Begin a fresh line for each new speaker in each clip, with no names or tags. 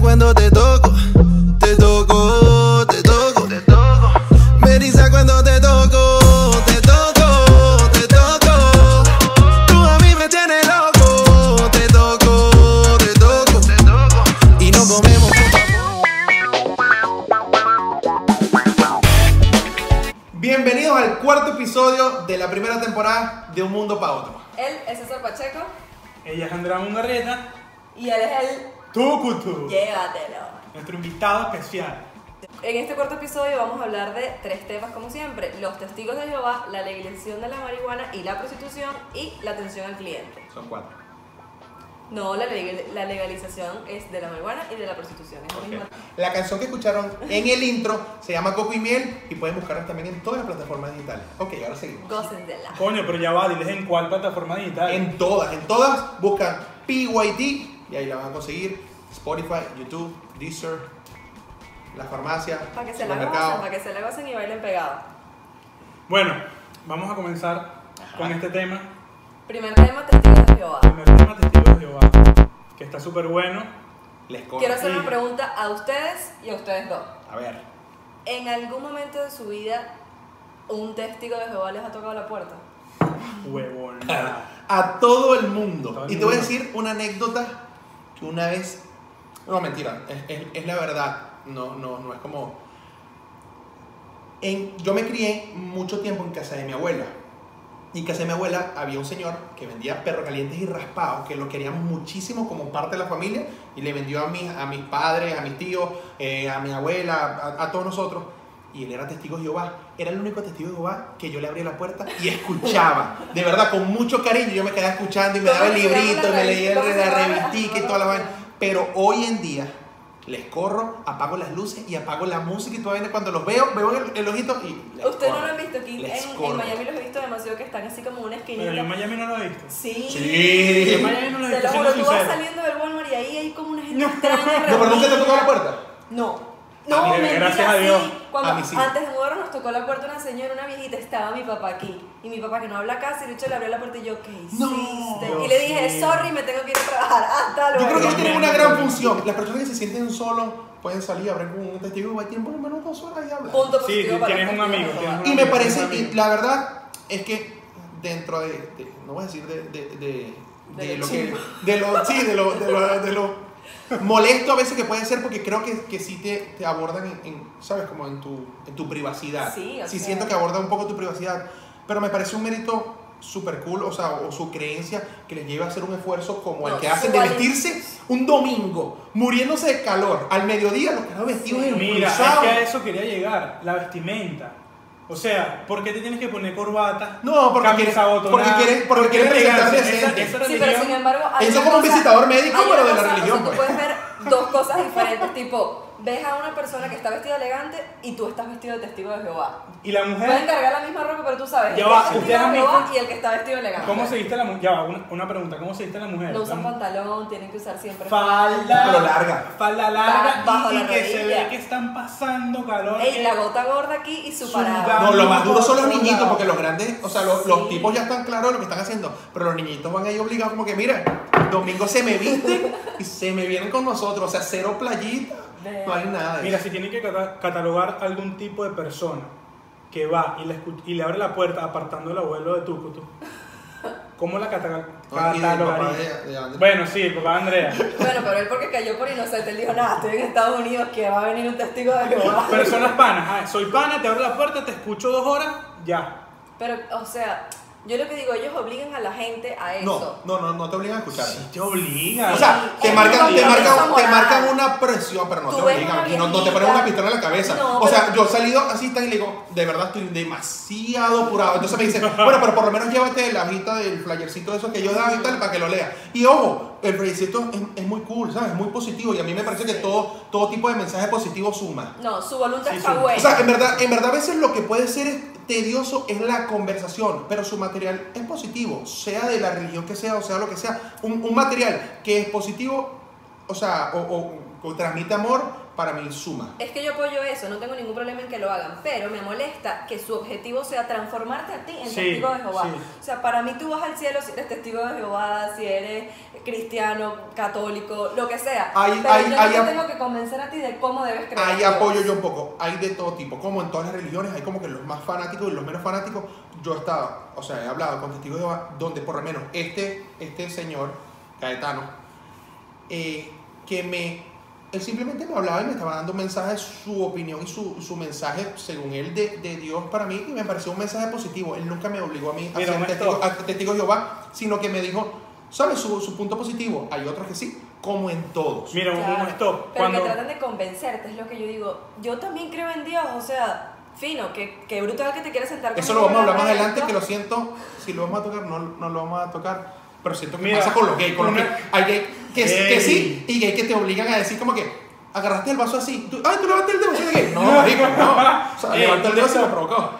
cuando te toco, te toco, te toco, te toco. Me eriza cuando te toco, te toco, te toco. Tú a mí me tienes loco, te toco, te toco, te toco. Y no comemos.
Bienvenidos al cuarto episodio de la primera temporada de Un Mundo para Otro.
Él es César Pacheco
Ella es Andrea Mungarrieta,
y él es el
Tucutu,
Llévatelo.
nuestro invitado especial.
En este cuarto episodio vamos a hablar de tres temas como siempre, los testigos de Jehová, la legalización de la marihuana y la prostitución y la atención al cliente.
Son cuatro.
No, la, legal- la legalización es de la marihuana y de la prostitución. Es la
Ok.
misma.
La canción que escucharon en el intro se llama Coco y Miel y pueden buscarnos también en todas las plataformas digitales. Ok, ahora seguimos.
Gocen de la.
Coño, pero ya va, diles en cuál plataforma digital.
En todas, en todas buscan PYT y ahí la van a conseguir. Spotify, YouTube, Deezer, la farmacia,
Para que se la gocen,
supermercado.
para que se la gocen y bailen pegado.
Bueno, vamos a comenzar con este tema.
Primer tema, testigos de Jehová.
Primer tema, testigos de Jehová, que está súper bueno.
Les corro.
Quiero hacer
Sí.
una pregunta a ustedes y a ustedes dos.
A ver,
¿En algún momento de su vida un testigo de Jehová les ha tocado la puerta?
Huevón.
a todo el mundo.
Todo el
y te voy a
mundo.
decir una anécdota que una vez. No, mentira, es, es- es la verdad. No, no, no es como. En, yo me crié mucho tiempo en casa de mi abuela. Y en casa de mi abuela había un señor que vendía perros calientes y raspados, que lo queríamos muchísimo como parte de la familia, y le vendió a mis, a mis padres, a mis tíos, eh, a mi abuela, a, a todos nosotros. Y él era testigo de Jehová. Era el único testigo de Jehová que yo le abría la puerta y escuchaba. De verdad, con mucho cariño. Yo me quedaba escuchando y me
¿Cómo
daba el
se llama la
librito, y me
revista?
leía
¿Cómo se
la
llama?
revistica y toda la vaina. Pero hoy en día les corro, apago las luces y apago la música y todavía cuando los veo, veo el, el ojito y... les
Ustedes no
corro,
lo han visto aquí en,
les
en
corro.
Miami, los he visto demasiado que están así como una
Pero yo en
esquinita.
Miami no lo he visto.
Sí.
Sí.
Yo en Miami no lo he
Te
visto,
lo juro,
siendo
tú vas
sincero.
saliendo del Walmart y ahí hay como una gente
No.
extraña.
No, pero nunca te tocó
reunida.
la puerta.
No.
A
No,
mí,
mentira,
Ah, gracias a
sí.
Dios.
Cuando
A mí sí.
antes de mudarnos nos tocó la puerta una señora, una viejita, estaba mi papá aquí. Y mi papá que no habla casi, de hecho le abrió la puerta y yo, ¿qué
No,
hiciste? y
Dios
le dije,
mío.
sorry, me tengo que ir a trabajar. Hasta luego.
Yo creo que ellos
Pero
tienen
mira,
una gran
mira.
función. Las personas que se sienten solos pueden salir, abrir con un testigo y va tiempo al menos dos horas y hablan.
Punto
Sí,
positivo
sí,
para
tienes
el
un amigo,
testigo.
tienes un
Y me
Amigo,
parece, y
amigo.
la verdad es que dentro de, de- no voy a decir de, de, de- de
De
lo
lo
que, de lo, sí, de lo, de lo, de lo molesto a veces que puede ser, porque creo que, que sí te, te abordan en, en, sabes, como en tu, en tu privacidad.
Sí, o sea.
siento que aborda un poco tu privacidad, pero me parece un mérito super cool, o sea, o su creencia que les lleva a hacer un esfuerzo como el
No,
que
su
hacen de
valor.
vestirse un domingo, muriéndose de calor, al mediodía, los que no vestidos
Sí.
en
Mira, es que a eso quería llegar, la vestimenta. O sea, ¿por qué te tienes que poner corbata?
No, porque
camisa
quieres-
abotonada?
porque quieres- porque quieres
elegancia?
presentar decente.
Esa, esa
Sí, pero
religión-
sin embargo. hay
Eso
una
como un
cosa-
visitador médico,
hay
pero de
una
la
cosa, o sea,
religión,
tú
pues.
puedes ver dos cosas diferentes. tipo, ves a una persona que está vestida elegante y tú estás vestido de testigo de Jehová.
Y la
Pueden
mujer,
cargar la misma ropa, pero tú sabes.
Ya
el
va,
que está
ustedes
vestido
han
de Jehová
visto-
y el que está vestido elegante.
¿cómo se viste la mujer? Ya va, una, una pregunta, ¿cómo se viste la mujer?
No usan
La mu-
pantalón, tienen que usar siempre.
Falda.
Pero larga.
Falda larga.
Bajo
y
la
y que se
rodilla.
ve que están pasando calor.
Ey,
que-
la gota gorda aquí y su parada.
Sudado.
No, lo más duro son los
Por
niñitos,
lado.
porque los grandes, o sea, los, los
Sí.
tipos ya están claros de lo que están haciendo, pero los niñitos van ahí obligados como que, mira, domingo se me visten y se me vienen con nosotros, o sea, cero playita, no hay nada. de
Mira,
eso.
si tienen que cata- catalogar algún tipo de persona que va y le, escu- y le abre la puerta apartando el abuelo de Tucutu, ¿cómo la cata-
No, Oh, y del papá
catalogaría?
de- de Andrés.
Bueno, sí, el papá de Andrea.
Bueno, pero él porque cayó por inocente, él dijo, nada, estoy en Estados Unidos, que va a venir un testigo de Jehová.
Personas panas. Ah, soy pana, te abro la puerta, te escucho dos horas, ya.
Pero, o sea, yo lo que digo, ellos obligan a la gente a eso.
no, no, no, no te obligan a escuchar.
te obliga.
O sea, te
Es
marcan,
una
te, marcan,
obligación
te marcan
moral.
una presión, pero no
Tú
te
ves
obligan.
una
Y no, no te
viejita.
ponen una pistola en la cabeza.
No,
o sea,
pero-
yo he salido así tan y le digo, de verdad estoy demasiado curado. Entonces me dicen, bueno, pero por lo menos llévate la hojita del flyercito de esos que yo daba y tal para que lo lea. Y ojo, el flyercito es, es muy cool, ¿sabes? Es muy positivo. Y a mí me parece que todo, todo tipo de mensaje positivo suma.
No, su voluntad
Sí,
está
sí.
buena.
O sea, en verdad, en verdad a veces lo que puede ser es tedioso es la conversación, pero su material es positivo, sea de la religión que sea o sea lo que sea, un, un material que es positivo, o sea, o, o que transmite amor, para mí suma.
Es que yo apoyo eso, no tengo ningún problema en que lo hagan, pero me molesta que su objetivo sea transformarte a ti en
Sí,
testigo de Jehová.
sí.
O sea, para mí tú vas al cielo si eres testigo de Jehová, si eres cristiano, católico, lo que sea.
Hay-
pero
hay-
yo
hay
no
ap-
te tengo que convencer a ti de cómo debes creer. en
Ahí
Dios.
apoyo yo un poco, hay de todo tipo, como en todas las religiones, hay como que los más fanáticos y los menos fanáticos. Yo he estado, o sea, he hablado con testigos de Jehová, donde por lo menos este, este señor, Caetano, eh, que me, él simplemente me hablaba y me estaba dando un mensaje, su opinión y su, su mensaje, según él, de, de Dios para mí, y me pareció un mensaje positivo. Él nunca me obligó a mí a
Mira, un
ser testigo,
stop.
a- testigo de Jehová, sino que me dijo, ¿sabes su, su punto positivo? Hay otros que sí, como en todos.
Mira, un-
Claro,
un stop.
Pero
Cuando,
que tratan de convencerte, es lo que yo digo. Yo también creo en Dios, o sea, fino, que, que brutal que te quieras sentar
Eso lo vamos
conmigo
a hablar más
de
adelante,
esto.
que lo siento, si lo vamos a tocar, no, no lo vamos a tocar, pero siento que
Mira,
pasa con los gays, con los
una-
gays. Hay gays que,
Ey.
que sí y gays que te obligan a decir como que agarraste el vaso así, tú, ay, tú levantaste el dedo, así de gay. No, marico, no. O sea,
Ey,
levantó el dedo
no.
se lo provocó.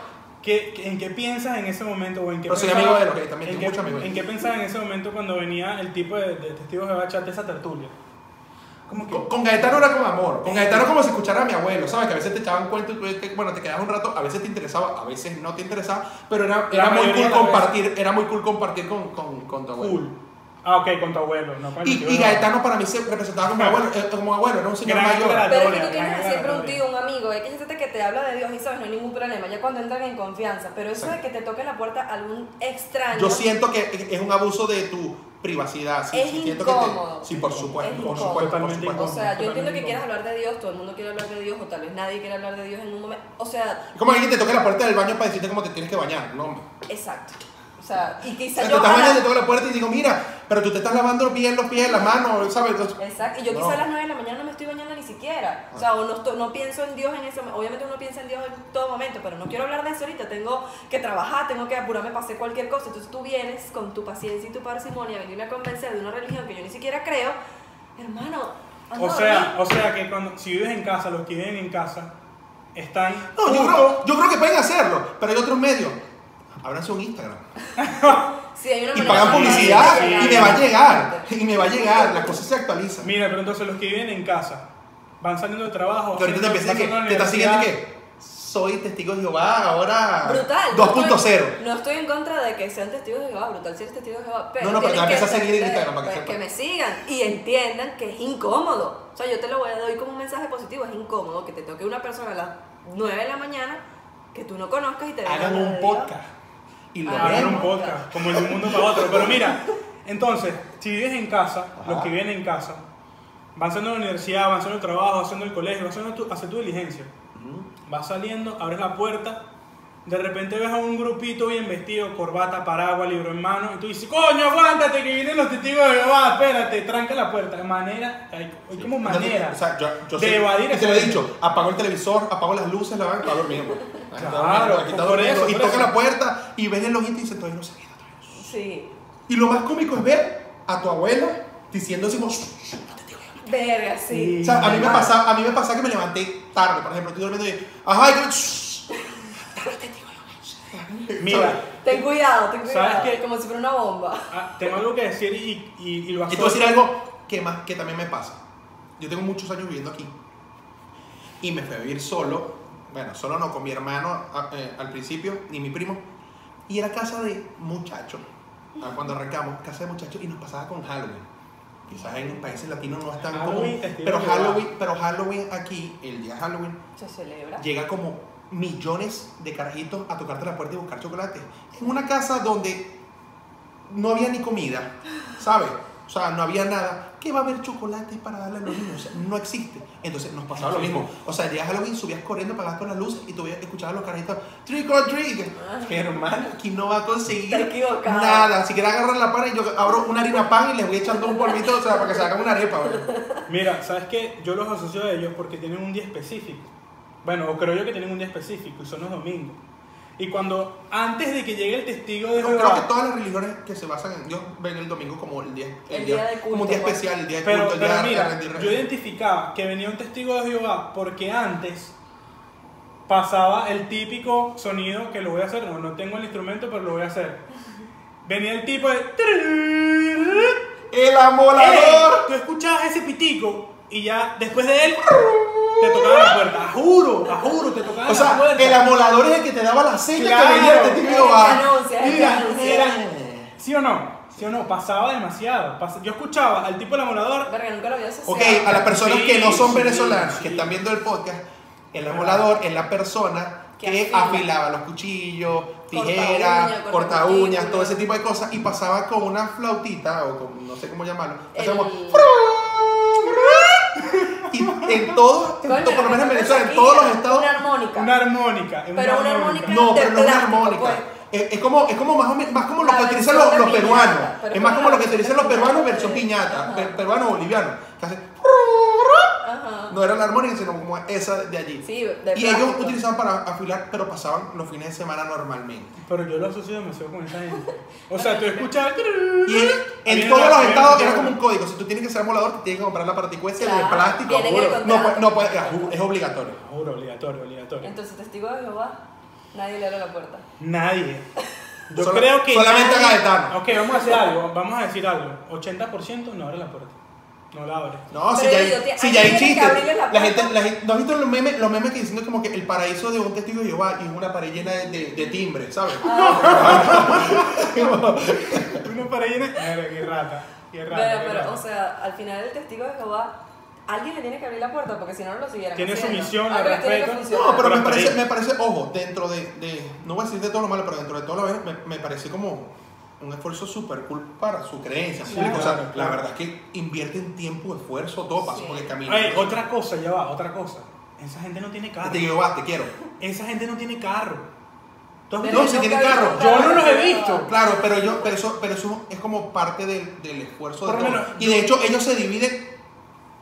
¿Qué- qué- ¿En qué piensas en ese momento? O en qué
Pero Pues soy
pensabas-
amigo de los gays también,
¿En
tengo
qué,
muchos amigos
en
gays.
qué pensabas en ese momento cuando venía el tipo de, de testigos de Jehová a echarte esa tertulia? ¿Cómo
Con,
que?
con Gaetano era como amor, con Gaetano como si escuchara a mi abuelo, ¿sabes? Que a veces te echaban cuentos y tú, te- bueno, te quedabas un rato, a veces te interesaba, a veces no te interesaba, pero era,
La
era muy
mayoría
cool
de las
compartir, era muy cool compartir con, con, con tu abuelo.
Cool. Ah, ok, con tu abuelo. No, con el
Y,
testigo
y
de Jehová.
Gaetano para mí se representaba como abuelo, eh, como abuelo, era un señor
Gran
mayor.
aclaración.
Pero es que tú
Gloria,
tienes
gloria,
siempre un
gloria.
tío, un amigo, hay que gente que te habla de Dios y sabes, no hay ningún problema, ya cuando entran en confianza. Pero eso
Sí.
de que te toque la puerta algún extraño.
Yo siento que es un abuso de tu privacidad. Sí,
Es
sí, siento
incómodo.
Que te, sí, por supuesto, por
Es incómodo.
supuesto, por
Totalmente
supuesto.
O sea, yo entiendo
Totalmente
que quieras
incómodo.
hablar de Dios, todo el mundo quiere hablar de Dios, o tal vez nadie quiere hablar de Dios en un momento. O sea,
Es como alguien que te toque la puerta del baño para decirte cómo te tienes que bañar, no hombre.
exacto. O sea, y
O sea,
quizás
te
yo.
estás
a la-
bañando, te toca la puerta y digo, mira, pero tú te estás lavando bien los pies, las manos, ¿sabes? Entonces,
Exacto, y yo
No. Ah.
quizás a las 9 de la mañana no me estoy bañando ni siquiera. O sea, o no, estoy- no pienso en Dios en ese momento. Obviamente uno piensa en Dios en todo momento, pero no quiero hablar de eso ahorita. Tengo que trabajar, tengo que apurarme para hacer cualquier cosa. Entonces tú vienes con tu paciencia y tu parsimonia a venirme a convencer de una religión que yo ni siquiera creo. Hermano, anda
O
a
sea,
dormir.
o sea que cuando, si vives en casa, los que viven en casa están.
no, yo
justo-
creo, yo creo que pueden hacerlo, pero hay otros medios. Ábranse un Instagram.
si hay una
Y pagan
manera más fácil de
publicidad
llegar
y
a
me va a
la
llegar.
gente.
Y me va a llegar, las cosas se actualizan.
Mira, pero entonces los que viven en casa van saliendo de trabajo.
Que ahorita te empiezas
van
que
saliendo de la
te estás siguiendo
universidad.
que soy testigo de Jehová ahora
Brutal. no estoy-
2.0.
No estoy en contra de que sean testigos de Jehová, brutal si eres testigo de Jehová. Pero
No, no, pero
tienen
te
que
empieza a seguir en
entender,
Instagram para que
pues,
sepa.
que me sigan y entiendan que es incómodo. O sea, yo te lo voy a dar como un mensaje positivo, es incómodo que te toque una persona a las 9 de la mañana que tú no conozcas y te venga a
Hagan
hablar de
un
Dios.
podcast. Y lo
Ah,
Hagan
vemos.
un podcast, como el de un mundo para otro. Pero mira, entonces, si vives en casa,
Ajá.
los que viven en casa van saliendo de la universidad, van saliendo del trabajo, haciendo el colegio, van haciendo tu, hacer tu diligencia. Vas saliendo, abres la puerta, de repente ves a un grupito bien vestido, corbata, paraguas, libro en mano, y tú dices, coño, aguántate que vienen los testigos de Jehová, espérate, tranca la puerta. Manera, hay, hay como manera.
O sea, yo, yo
de
sé-
evadir
y te lo he
ese-
dicho, apago el televisor, apago las luces, la van a dormir. pues. Ahí está
Claro,
durmiendo, aquí está
por
durmiendo.
eso,
y
por
toca
eso.
la puerta y ves el ojito y dice, todavía no se queda, todavía no se
Sí.
queda". Y lo más cómico es ver a tu abuela diciendo así como, "Shh, shh".
Verga, sí.
o sea, a mí me
Normal.
pasa, a mí me pasa que me levanté tarde, por ejemplo, estoy durmiendo y, ajá, y que, "Shh, shh".
Mira,
Ten cuidado, ten cuidado.
¿Sabes qué?
Como si fuera una bomba.
ah, tengo algo que decir y, y- y lo
Y te voy a
asocio.
decir algo que, más, que también me pasa. Yo tengo muchos años viviendo aquí. Y me fui a vivir solo. Bueno, solo no, con mi hermano a- eh, al principio, ni mi primo. Y era casa de muchachos. Ah, Cuando arrancamos, casa de muchachos. Y nos pasaba con Halloween. Quizás en los países latinos no es tan
Halloween,
común.
festival
Pero
de
Halloween, pero Halloween aquí, el día de Halloween,
Se celebra.
llega como millones de carajitos a tocarte la puerta y buscar chocolate. En una casa donde no había ni comida, ¿sabes? O sea, no había nada. ¿Qué va a haber chocolate para darle a los niños? O sea, no existe. Entonces nos pasaba lo mismo. O sea, llegas a Halloween, subías corriendo, apagabas con las luces y tú veías- escuchabas a los carajitos, trick or treat. Hermano, aquí no va a
Está
conseguir
equivocado.
nada. Si quieres agarrar la pana, yo abro una harina pan y les voy echando un polvito, o sea, para que se hagan una arepa. ¿verdad?
Mira, ¿sabes qué? Yo los asocio a ellos porque tienen un día específico. Bueno, o creo yo que tienen un día específico y son los domingos. Y cuando, antes de que llegue el testigo de
Yo creo que
Jehová,
todas las religiones que se basan en Dios ven el domingo como el día,
El día de culto,
como un día
pues.
especial, el día de
pero,
culto, el día
pero
de
mira,
rendir-
yo identificaba que venía un testigo de Jehová porque antes pasaba el típico sonido que lo voy a hacer, no, no tengo el instrumento, pero lo voy a hacer. Venía el tipo de...
el amolador.
¡Ey! Tú escuchabas ese pitico y ya después de él te tocaban la puerta. A juro, a juro, te tocaban
O
la
sea,
puerta.
el amolador es el que te daba la seña
Claro.
que venía este típico
que
bar.
anuncia, el que
Mira,
anuncia.
era-
¿Sí o no? ¿Sí o no? Pasaba demasiado. Pas- Yo escuchaba al tipo del amolador.
Verga, nunca lo había asociado.
Ok, a las personas que no son
Sí,
venezolanas,
sí,
que
sí.
están viendo el podcast, el amolador es la persona
Que
que
afila.
afilaba los cuchillos,
Corta
tijeras,
uña, corta
corta uñas,
cutícula.
todo ese tipo de cosas, y pasaba con una flautita, o con, no sé cómo llamarlo,
El-
hacíamos y en todos, en
Coño,
to- por lo menos en
una
Venezuela, en
armónica,
todos los estados,
Una armónica.
Una armónica. es
Pero una armónica-
no,
de
pero no es una
plástico,
armónica.
pues.
Es, es como, es como más, o menos- más como lo
La
que utilizan los,
versión
los
de
peruanos.
piñata, pero
Es más
como
como
la
lo que utilizan los
versión de
peruanos
piñata,
versión
sí.
piñata,
Ajá.
per- peruano boliviano. que hace-
Ajá.
No era la armónica, sino como esa de allí.
Sí, de
y ellos
plástico.
utilizaban para afilar, pero pasaban los fines de semana normalmente.
Pero yo lo asocio demasiado con esa gente. O sea, tú escuchabas.
Y en, en
Viene
todos
la-
los estados
viene
era
la-
como un código. Si tú tienes que ser molador, te tienes que comprar la partícula de
Claro,
plástico.
viene en el
juro. No,
contrato.
pues, no, pues, es obligatorio.
Juro, obligatorio, obligatorio.
Entonces, testigo de Jehová, nadie le abre la puerta.
Nadie. Yo
Solo-
creo que.
solamente
nadie-
a Gaetano.
Ok, vamos a hacer algo. Vamos a decir algo. 80% no abre la puerta. No la abre.
No, si
Pero
ya,
yo
hay-
te-
si
ahí
ya hay
tienes que
chistes.
abrirle
La
la
gente,
puerta.
la gente- ¿no has visto los memes, los memes que dicen como que el paraíso de un testigo de Jehová y es una pared llena de, de, de timbre, ¿sabes?
Uno para llena. Mira, qué rata. Qué rata.
Pero,
qué
pero,
rata.
o sea, al final el testigo de Jehová, alguien le tiene que abrir la puerta porque si no, no lo siguieran.
Tiene su
haciendo.
misión, la
Algo le tiene que
respeto.
funcionar.
No, pero me
Pero
parece,
ahí-
me parece, ojo, dentro de, de- no voy a decir de todo lo malo, pero dentro de todo lo bueno, me, me parece como un esfuerzo súper cool para su creencia.
Sí,
público. O sea,
claro,
la
claro.
verdad es que invierten tiempo, esfuerzo, todo para
Sí.
porque camino.
Ay, otra cosa, ya va, otra cosa. Esa gente no tiene carro.
Te digo, va, te quiero.
Esa gente no tiene carro. ¿Tú has
Pero
visto?
No, si
nunca
tiene
vi
carro.
nunca
Yo no
vi
los he
nunca.
visto.
Claro, pero yo, pero eso, pero eso es como parte del, del esfuerzo de
Por lo
todo.
menos,
y de hecho, ellos se dividen.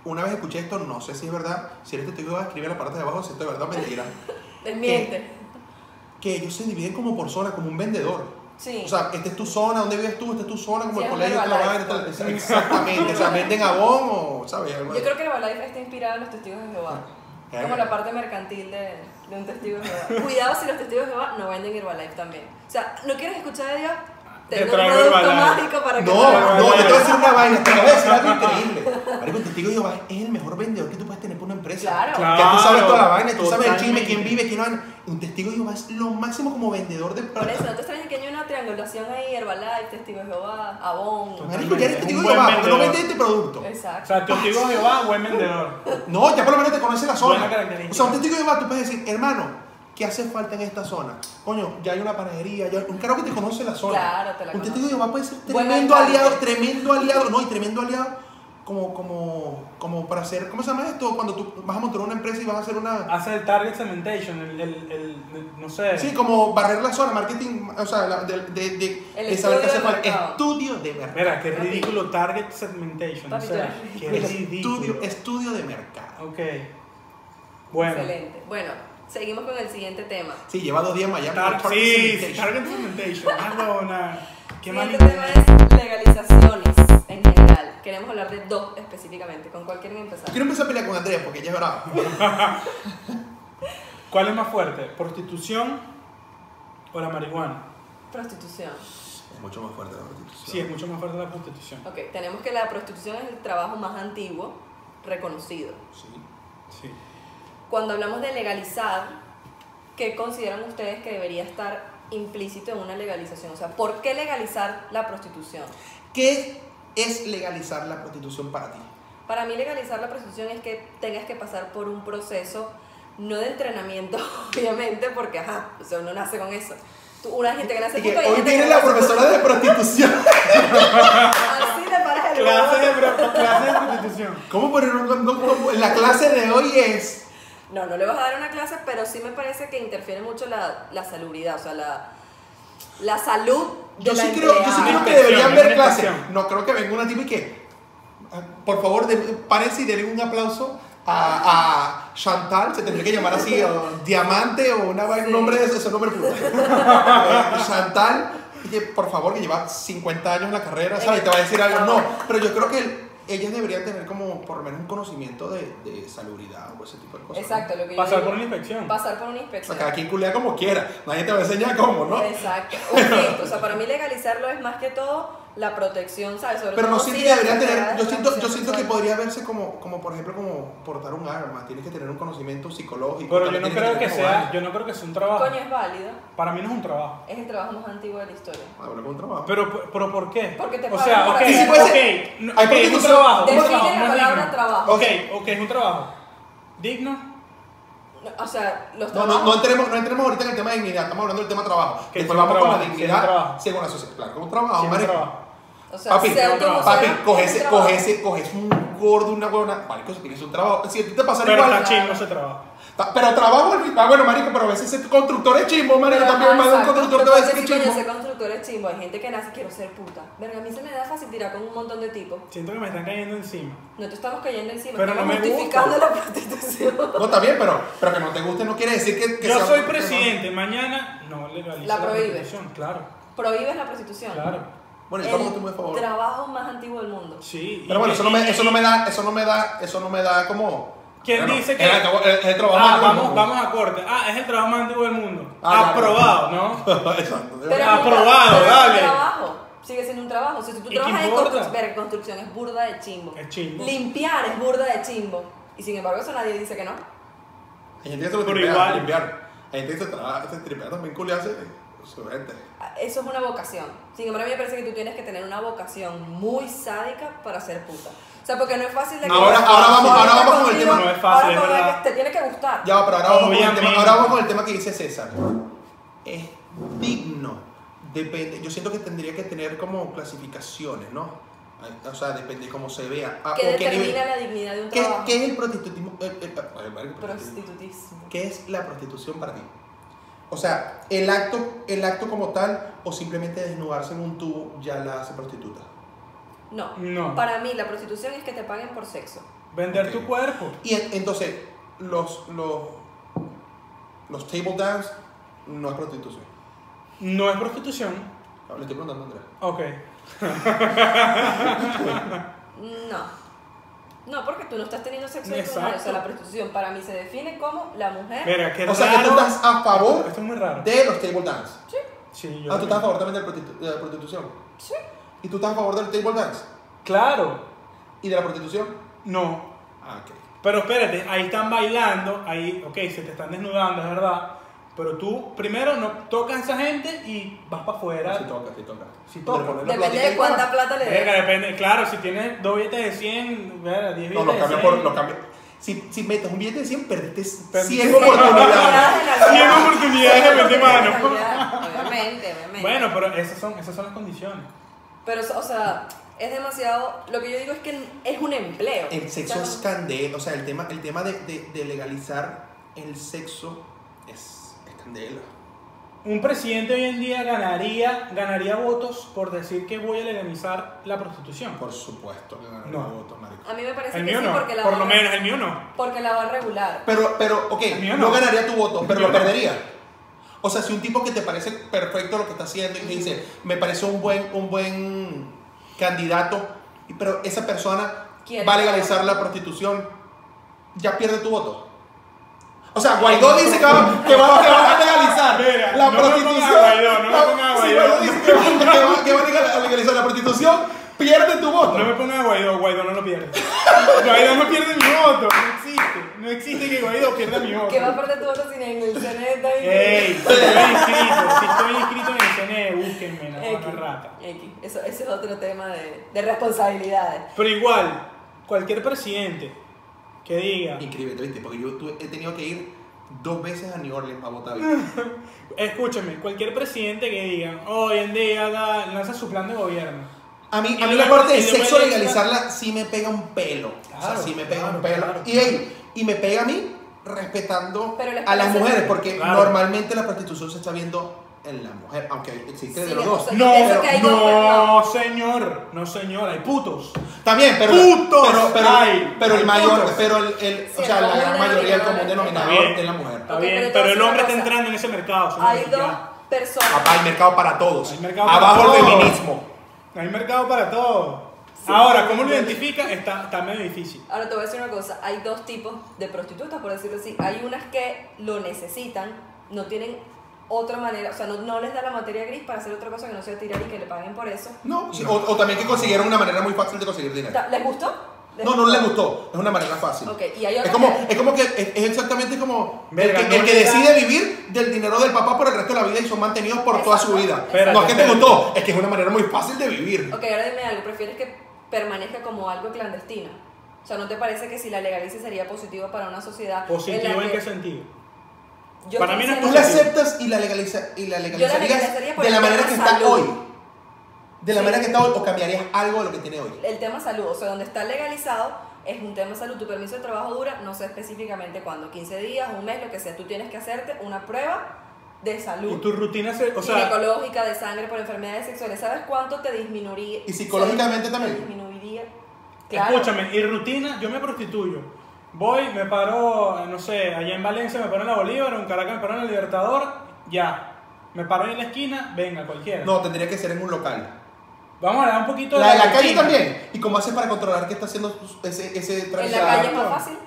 Una vez escuché esto, no sé si es verdad. Si eres testigo, escribe en la parte de abajo si esto es verdad o mentira.
Desmiente.
que ellos se dividen como por zona, como un vendedor.
Sí.
O sea, esta es tu zona, donde vives tú, esta es tu zona, como
Sí,
el
es
colegio,
un
esta la vaina,
Herbalife.
tal. Esa- Exactamente. o sea, venden abón o, ¿sabes? Algo
Yo creo que el Herbalife está inspirado en los testigos de Jehová.
Ah.
Como la parte mercantil de, de un testigo de Jehová. Cuidado si los testigos de Jehová no venden Herbalife también. O sea, ¿no quieres escuchar de Dios?
Te
Tengo un
traigo
producto
Herbalife.
mágico para que
No,
te-
Herbalife.
no, yo te voy a decir una vaina, te voy a decir algo increíble. Marico, el testigo de Jehová es el mejor vendedor que tú puedes tener por una empresa.
Claro.
Ya tú sabes toda la vaina, tú sabes el chisme,
Totalmente.
quién vive, quién no. vaina. Un testigo de Jehová es lo máximo como vendedor de
Por eso, no te extrañes que haya una triangulación ahí, Herbalife, Testigo de Jehová, Avon.
Marico, ya eres
Un
testigo de
buen
Jehová, porque no
vendedor.
vendes este producto.
O
Exacto.
sea, testigo de Jehová, buen vendedor.
No, ya por lo menos te conoce la zona.
Buena característica.
O sea, un testigo de Jehová, tú puedes decir, hermano, ¿qué hace falta en esta zona? Coño, ya hay una panadería, ya hay un carro que te conoce la zona.
Claro, te
Un
la conoce. eh,
testigo de Jehová puede ser
Buen
tremendo
alcalde.
aliado, tremendo aliado, no, y tremendo aliado. Como, como, como para hacer, ¿cómo se llama esto? Cuando tú vas a montar una empresa y vas a hacer una...
Hace el target cementation, el, el, el- no sé.
Sí, como barrer la zona, marketing, o sea, la- de, de, de,
El
de saber
estudio
qué hace
de
falta.
mercado.
Estudio de mercado.
Mira, qué ridículo target segmentation. O
Papi,
sea,
tú eres
qué
Estudio,
ridículo.
estudio de mercado.
Ok. Bueno.
Excelente. Bueno, seguimos con el siguiente tema.
Sí, lleva dos días en Miami.
Tar-
Park
sí, sí,
Cementation.
target segmentation. Ah, huevona. Qué
el
mal
siguiente tema es legalizaciones en general. Queremos hablar de dos específicamente. ¿Con cuál quieren empezar?
Quiero empezar a pelear con Andrea porque ella es brava.
¿Cuál es más fuerte? ¿Prostitución o la marihuana?
Prostitución.
Es mucho más fuerte la prostitución.
Sí, es mucho más fuerte la prostitución.
Ok, tenemos que la prostitución es el trabajo más antiguo reconocido.
Sí.
Sí.
Cuando hablamos de legalizar, ¿qué consideran ustedes que debería estar implícito en una legalización? O sea, ¿por qué legalizar la prostitución?
¿Qué es legalizar la prostitución para ti?
Para mí legalizar la prostitución es que tengas que pasar por un proceso, no de entrenamiento, obviamente, porque ajá, o sea, uno nace con eso. Tú, una gente que nace
Y que
puta y
hoy
gente
viene
que
la
nace
profesora de prostitución.
puta. Así le Ah, paras el
Clase
huevo.
de, pro- clase de prostitución.
¿Cómo poner un condón? ¿Cómo? La clase de hoy es.
No, no le vas a dar una clase, pero sí me parece que interfiere mucho la, la salubridad, o sea, la, la salud de
Yo
la
sí creo, yo sí
empleada.
creo que
Inspección,
deberían ver clases.
inspección.
No creo que venga una tipa y que. ah, Por favor, de- párense y denle un aplauso a, a Chantal. Se tendría que llamar así, o Diamante o una, vaina, un
Sí.
nombre de ese, ese nombre fluye. Eh, Chantal, y que, por favor, que lleva 50 años en la carrera, ¿sabes? Y Te va a decir algo. No, pero yo creo que el- ellas deberían tener como por lo menos un conocimiento de, de salubridad o ese tipo de cosas. ¿no?
Exacto, lo que yo
Pasar
digo.
por una inspección.
Pasar por una
O sea,
inspección.
cada quien culea como quiera. Nadie te va a enseñar cómo, ¿no?
Exacto. Un gesto. O sea, para mí legalizarlo es más que todo la protección, ¿sabes? Sobre
Pero no
todo
siento
si
que
la
deberían tener.
enfermedad
Yo
es
siento, yo
transmisión
siento que
sexual.
podría verse como, como, por ejemplo, como portar un arma. Tienes que tener un conocimiento psicológico.
Pero yo
también
no
tienes
creo que
tener como
sea,
algo.
yo no creo que sea un trabajo.
Coño, es válido.
Para mí no es un trabajo.
Es el trabajo más antiguo de la historia.
Ah, bueno, como un trabajo.
Pero, pero ¿por qué?
Porque te
o sea,
pagan
ok,
por hacer-
Y si puede ser-
ok, no-
Ay,
ok,
porque
es un
tú-
trabajo. es un
Define
trabajo,
la
no es
palabra
digno.
trabajo.
Ok, ok, es un trabajo. Digno.
No, O sea, los
No, no, no entremos, no entremos ahorita en el tema de dignidad, estamos hablando del tema trabajo.
Que
Después
sea un
vamos con la
trabajo, sea un
dignidad
trabajo.
según la sociedad. Claro, como un trabajo,
Sí, es un
Ah, marico.
trabajo.
O sea,
Papi,
sea como sea,
papi,
es un
coge ese,
trabajo.
coge ese, coges un gordo, una huevona. Marico, si tienes un trabajo, si a ti te pasara
Pero
igual.
está chimbo ese trabajo.
Ta- Pero trabajo, ah, bueno, marico, pero a veces ese constructor es chimbo,
Pero,
marico.
ajá,
También más de un
exacto.
constructor te va a decir que
Entonces, sí,
es
coño,
chimbo.
ese constructor es chimbo. Hay gente que nace, quiero ser puta. Verga, a mí se me da fácil tirar con un montón de tipos.
Siento que me están cayendo encima.
No te estamos cayendo encima.
Pero
estamos
no me gusta.
justificando la prostitución.
No, está bien, pero, pero que no te guste no quiere decir que, que
Yo
sea-
soy presidente, mañana no legalizo
La prohíbe.
prostitución, claro,
Prohíbes la prostitución.
claro.
Bueno, yo
El
tampoco estoy muy a favor.
trabajo más antiguo del mundo.
Sí.
Pero
y
bueno,
que-
eso no me,
y-
eso no me da, eso no me da, eso no me da como.
¿Quién
Bueno,
dice
es
que-
el trabajo- es el trabajo
Ah,
del mundo,
vamos,
pues.
vamos a corte. Ah, es el trabajo más antiguo del mundo.
Ah, claro.
Aprobado, ¿no?
Exacto.
Pero es un
Aprobado,
tra- pero es un
dale.
trabajo. Sigue siendo un trabajo. Si tú
¿Y qué
trabajas en
importa?
construcción, verga, construcción es burda de chimbo.
Es chimbo.
Limpiar es burda de chimbo. Y sin embargo, eso nadie dice que no.
Hay gente que se lo
Pero
tripea,
igual.
limpiar. Hay gente que se trabaja, se tripea también culiarse. Su gente.
Eso es una vocación. Sin embargo, a mí me parece que tú tienes que tener una vocación muy sádica para ser puta. O sea, porque no es fácil de que-
Ahora- ahora vamos- ahora vamos con el
contigo,
tema.
No es
ahora
fácil, es
con el
verdad.
que Te tiene que gustar.
Ya, pero ahora vamos, con el tema,
Obviamente.
ahora vamos con el tema que dice César. Es digno. Depende. Yo siento que tendría que tener como clasificaciones, ¿no? Ay, O sea, depende cómo se vea. Ah,
que
o qué nivel-
determina la dignidad de un
¿Qué,
trabajo.
qué es el prostitutismo? el- el- ay, marico, prostitutismo.
Prostitutismo.
¿Qué es la prostitución para ti? O sea, el acto, el acto como tal, o simplemente desnudarse en un tubo ya la hace prostituta.
No.
No.
Para mí, la prostitución es que te paguen por sexo.
Vender
Ok.
tu cuerpo.
Y en- entonces, los, los, los table dance no es prostitución.
No es prostitución.
Le estoy preguntando a Andrea.
Ok.
No. No, porque tú no estás teniendo sexo con tu
Exacto.
mujer. O sea, la prostitución para mí se define como la mujer.
Mira, qué
O sea, que tú
raro.
estás a favor
Esto es muy raro.
de los table dance.
Sí, yo.
Ah, tú estás a favor también de la, prostitu- de la prostitución.
Sí.
¿Y tú estás a favor del table dance?
Claro.
¿Y de la prostitución?
No.
Ah, ok.
Pero espérate, ahí están bailando, ahí, ok, se te están desnudando, es verdad. Pero tú primero no tocas a esa gente y vas para afuera.
Si toca, si toca.
Sí
Pero
toca.
ponerle
Depende
platica
de
y
cuánta
para.
plata le
Verga,
des.
depende. Claro, si tienes dos billetes de 100, verga, 10
No,
billetes.
lo
de
cambio
100.
por. Lo cambio. Si, si metes un billete de 100, perdiste 100
Perdiste.
oportunidades.
Cien oportunidades de meter mano.
Obviamente, obviamente.
Bueno, pero esas son, esas son las condiciones.
Pero, o sea, es demasiado. Lo que yo digo es que es un empleo.
El sexo
O
es
sea,
candela, o sea, el tema, el tema de, de- de legalizar el sexo es, es candela.
Un presidente hoy en día ganaría, ganaría votos por decir que voy a legalizar la prostitución.
Por supuesto que ganar
No.
el voto, marico.
A mí me parece
El
que
mío
sí,
no.
porque la
Por
va
lo
a-
menos el mío no.
Porque la va a regular.
Pero, pero, ok,
El mío
no.
no.
ganaría tu voto, pero
mío
lo
no.
perdería. O sea, si un tipo que te parece perfecto lo que está haciendo y te dice, me parece un buen, un buen candidato, y- pero esa persona
Quiere.
va a legalizar la prostitución, ya pierde tu voto. O sea, Guaidó dice que va, que va- que va a legalizar
Mira,
la
no me pongas
prostitución.
a Guaidó, no me
La-
pongas a
si
Guaidó.
dice que va, que va- que va a legal- a legalizar la prostitución, pierde tu voto.
No me pongas a Guaidó, Guaidó no lo pierde. Guaidó no pierde mi voto, no existe. No existe que Guaidó pierda mi voto.
Que va a perder tu voto sin en el E CNE.
Ey, si estoy inscrito, si estoy inscrito en el CNE, búsquenme, la buena
X,
rata.
X. Eso, ese es otro tema de, de responsabilidades.
Pero igual, cualquier presidente que diga,
Increíble, ¿viste? Porque yo tuve- he tenido que ir dos veces a New Orleans para votar.
escúchame, cualquier presidente que diga, hoy en día da- lanza su plan de gobierno.
A mí,
Y
a mí la
luego-
parte de
y luego
sexo
ella-
legalizarla sí me pega un pelo. o sea,
Claro,
sí me pega
claro,
un pelo.
claro.
Y, ey, y me pega a mí respetando
Pero les
a las
parece-
mujeres, porque
Claro.
normalmente la prostitución se está viendo en la mujer, aunque existe
Sí,
de los
o
dos.
sea,
No,
Eso que hay
no,
dos,
señor, no señor, hay putos.
También, pero,
¡Putos!
pero, pero,
¡Ay!
pero el
¡Ay,
mayor,
putos!
pero el, el-
Sí,
o sea,
el
la
común
gran mayoría, el común
denominador.
denominador
Bien.
es la mujer.
Está
Ok,
bien,
pero te voy a
pero el
decir una
hombre está
cosa.
entrando en ese mercado. señor,
Hay dos
ya.
personas.
Papá, el mercado para todos.
El mercado
Abajo
para
el
todos.
feminismo.
Hay mercado para todo.
Sí.
Ahora, ¿cómo lo identifica? Está, está medio difícil.
Ahora te voy a decir una cosa, hay dos tipos de prostitutas, por decirlo así. Hay unas que lo necesitan, no tienen otra manera, o sea, no, no les da la materia gris para hacer otra cosa que no sea tirar y que le paguen por eso.
No, sí, O, o también que consiguieron una manera muy fácil de conseguir dinero.
Ta- ¿Les gustó? ¿Les
No, no le gustó. Es una manera fácil.
Ok, y hay
es
otra
como,
que-
es como que es, es exactamente como el
Verga,
que- el que,
no le da-
decide vivir del dinero del papá por el resto de la vida y son mantenidos por toda su vida.
Espérate,
no es que te
espérate.
gustó, es que es una manera muy fácil de vivir.
Ok, ahora dime algo, ¿prefieres que permanezca como algo clandestino? O sea, ¿no te parece que si la legalice sería positivo para una sociedad?
¿Positivo en
la
qué sentido?
Yo
Para mí no es
Tú
quisiera-
la aceptas y la, legaliza, y la legalizarías
legalizaría por
de la
el
manera
tema
que está
salud.
hoy. De la
Sí.
manera que está hoy o cambiarías algo de lo que tiene hoy.
El tema salud, o sea, donde está legalizado es un tema de salud. Tu permiso de trabajo dura, no sé específicamente cuándo, 15 días, un mes, lo que sea. Tú tienes que hacerte una prueba de
Y
salud.
tu rutina se. O sea,
ginecológica, de sangre, por enfermedades sexuales. ¿Sabes cuánto te disminuiría?
Y psicológicamente
te
también.
disminuiría. Claro.
escúchame, y rutina, yo me prostituyo. Voy, me paro, no sé, allá en Valencia me paro en la Bolívar, en Caracas me paro en el Libertador, ya. Me paro ahí en la esquina, venga, cualquiera.
No, tendría que ser en un local.
Vamos a hablar un poquito
La de la calle
rutina.
también. ¿Y cómo haces para controlar qué está haciendo ese, ese
En la
travesado?
calle es más fácil.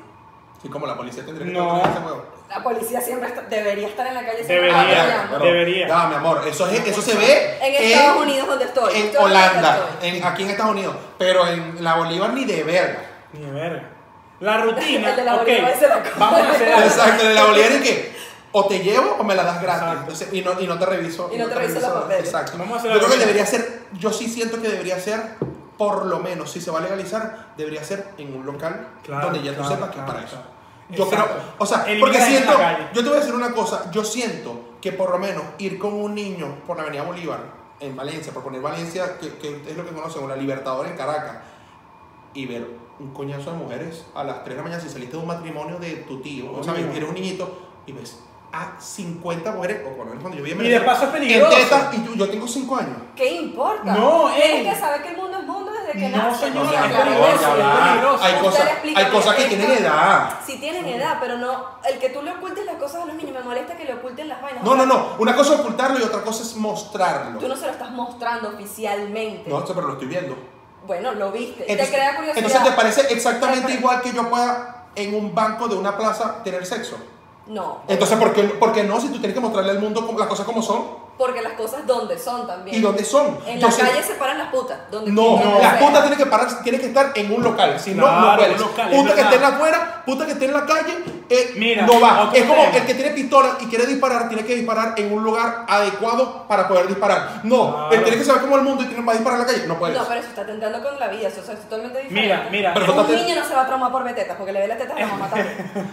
Sí, como la policía tendría que
No.
controlar ese huevo.
La policía siempre está- debería estar en la calle.
Debería.
siempre- Ah,
ya,
ya, ya.
perdón.
debería.
Ya, mi amor, eso, es, eso se ve
En Estados Unidos donde estoy.
en
Estoy donde
Holanda,
estoy.
en, aquí en Estados Unidos, pero en la Bolívar ni de verga.
Ni de verga. La rutina.
El de la
ok,
Bolívar se la come.
Vamos a hacer algo.
Exacto, en la Bolívar es que o te llevo o me la das gratis
Exacto.
Entonces, y, no, y no te reviso.
Y no te reviso los papeles.
Exacto.
Vamos a hacer
yo creo
algo.
que debería ser, yo sí siento que debería ser, por lo menos, si se va a legalizar, debería ser en un local
Claro,
donde ya
claro,
tú sepas que
claro,
es para eso.
claro.
Yo creo,
Exacto.
o sea,
Eliminar
porque
en la
siento,
calle.
yo te voy a decir una cosa, yo siento que por lo menos ir con un niño por la Avenida Bolívar, en Valencia, por poner Valencia, que, que es lo que conocen, la Libertadora en Caracas, y ver un coñazo de mujeres a las 3 de la mañana, si saliste de un matrimonio de tu tío, o sea,
Obvio.
eres un niñito, y ves a 50 mujeres, o por lo menos cuando yo vi en
Y de
Venezuela,
paso es
en
peligroso.
tetas, y yo, yo tengo 5 años.
¿Qué importa?
No, ey.
Tienes que saber que el mundo es mundo desde que
No,
nace.
señor,
O sea,
es
por
peligroso,
favor, ya
es
va.
peligroso.
Hay
Usted
cosas,
explícame
hay cosas que
esto.
tienen edad.
Si tienen edad, pero no. El que tú le ocultes las cosas a los niños me molesta que le oculten las vainas.
No, no, no. Una cosa es ocultarlo y otra cosa es mostrarlo.
Tú no se lo estás mostrando oficialmente.
No, esto, pero lo estoy viendo.
Bueno, lo viste. Y te crea curiosidad.
entonces, ¿te parece exactamente
Pero-
igual que yo pueda en un banco de una plaza tener sexo?
No.
Entonces, ¿por qué, por qué no? Si tú tienes que mostrarle al mundo como- las cosas como son
Porque las cosas donde son también.
y dónde son.
En
Yo
la
sé-
calle se paran las putas. Donde
No,
quieren que
las
las
putas
vean.
tienen que parar, tienen que estar en un local, si no, no
Claro,
puedes.
un local, es
puta que
verdad.
esté en la afuera, puta que esté en la calle, eh,
Mira,
no va.
otro
Es como
tema.
el que tiene pistola y quiere disparar, tiene que disparar en un lugar adecuado para poder disparar. No,
Claro.
el tiene que saber cómo el mundo y tiene, va a disparar en la calle, no puedes.
No, pero eso está tentando con la vida. Eso, eso es totalmente diferente.
Mira, mira.
Pero
un
total-
niño no se va a traumar por ver tetas porque le ve las tetas a la mamá también.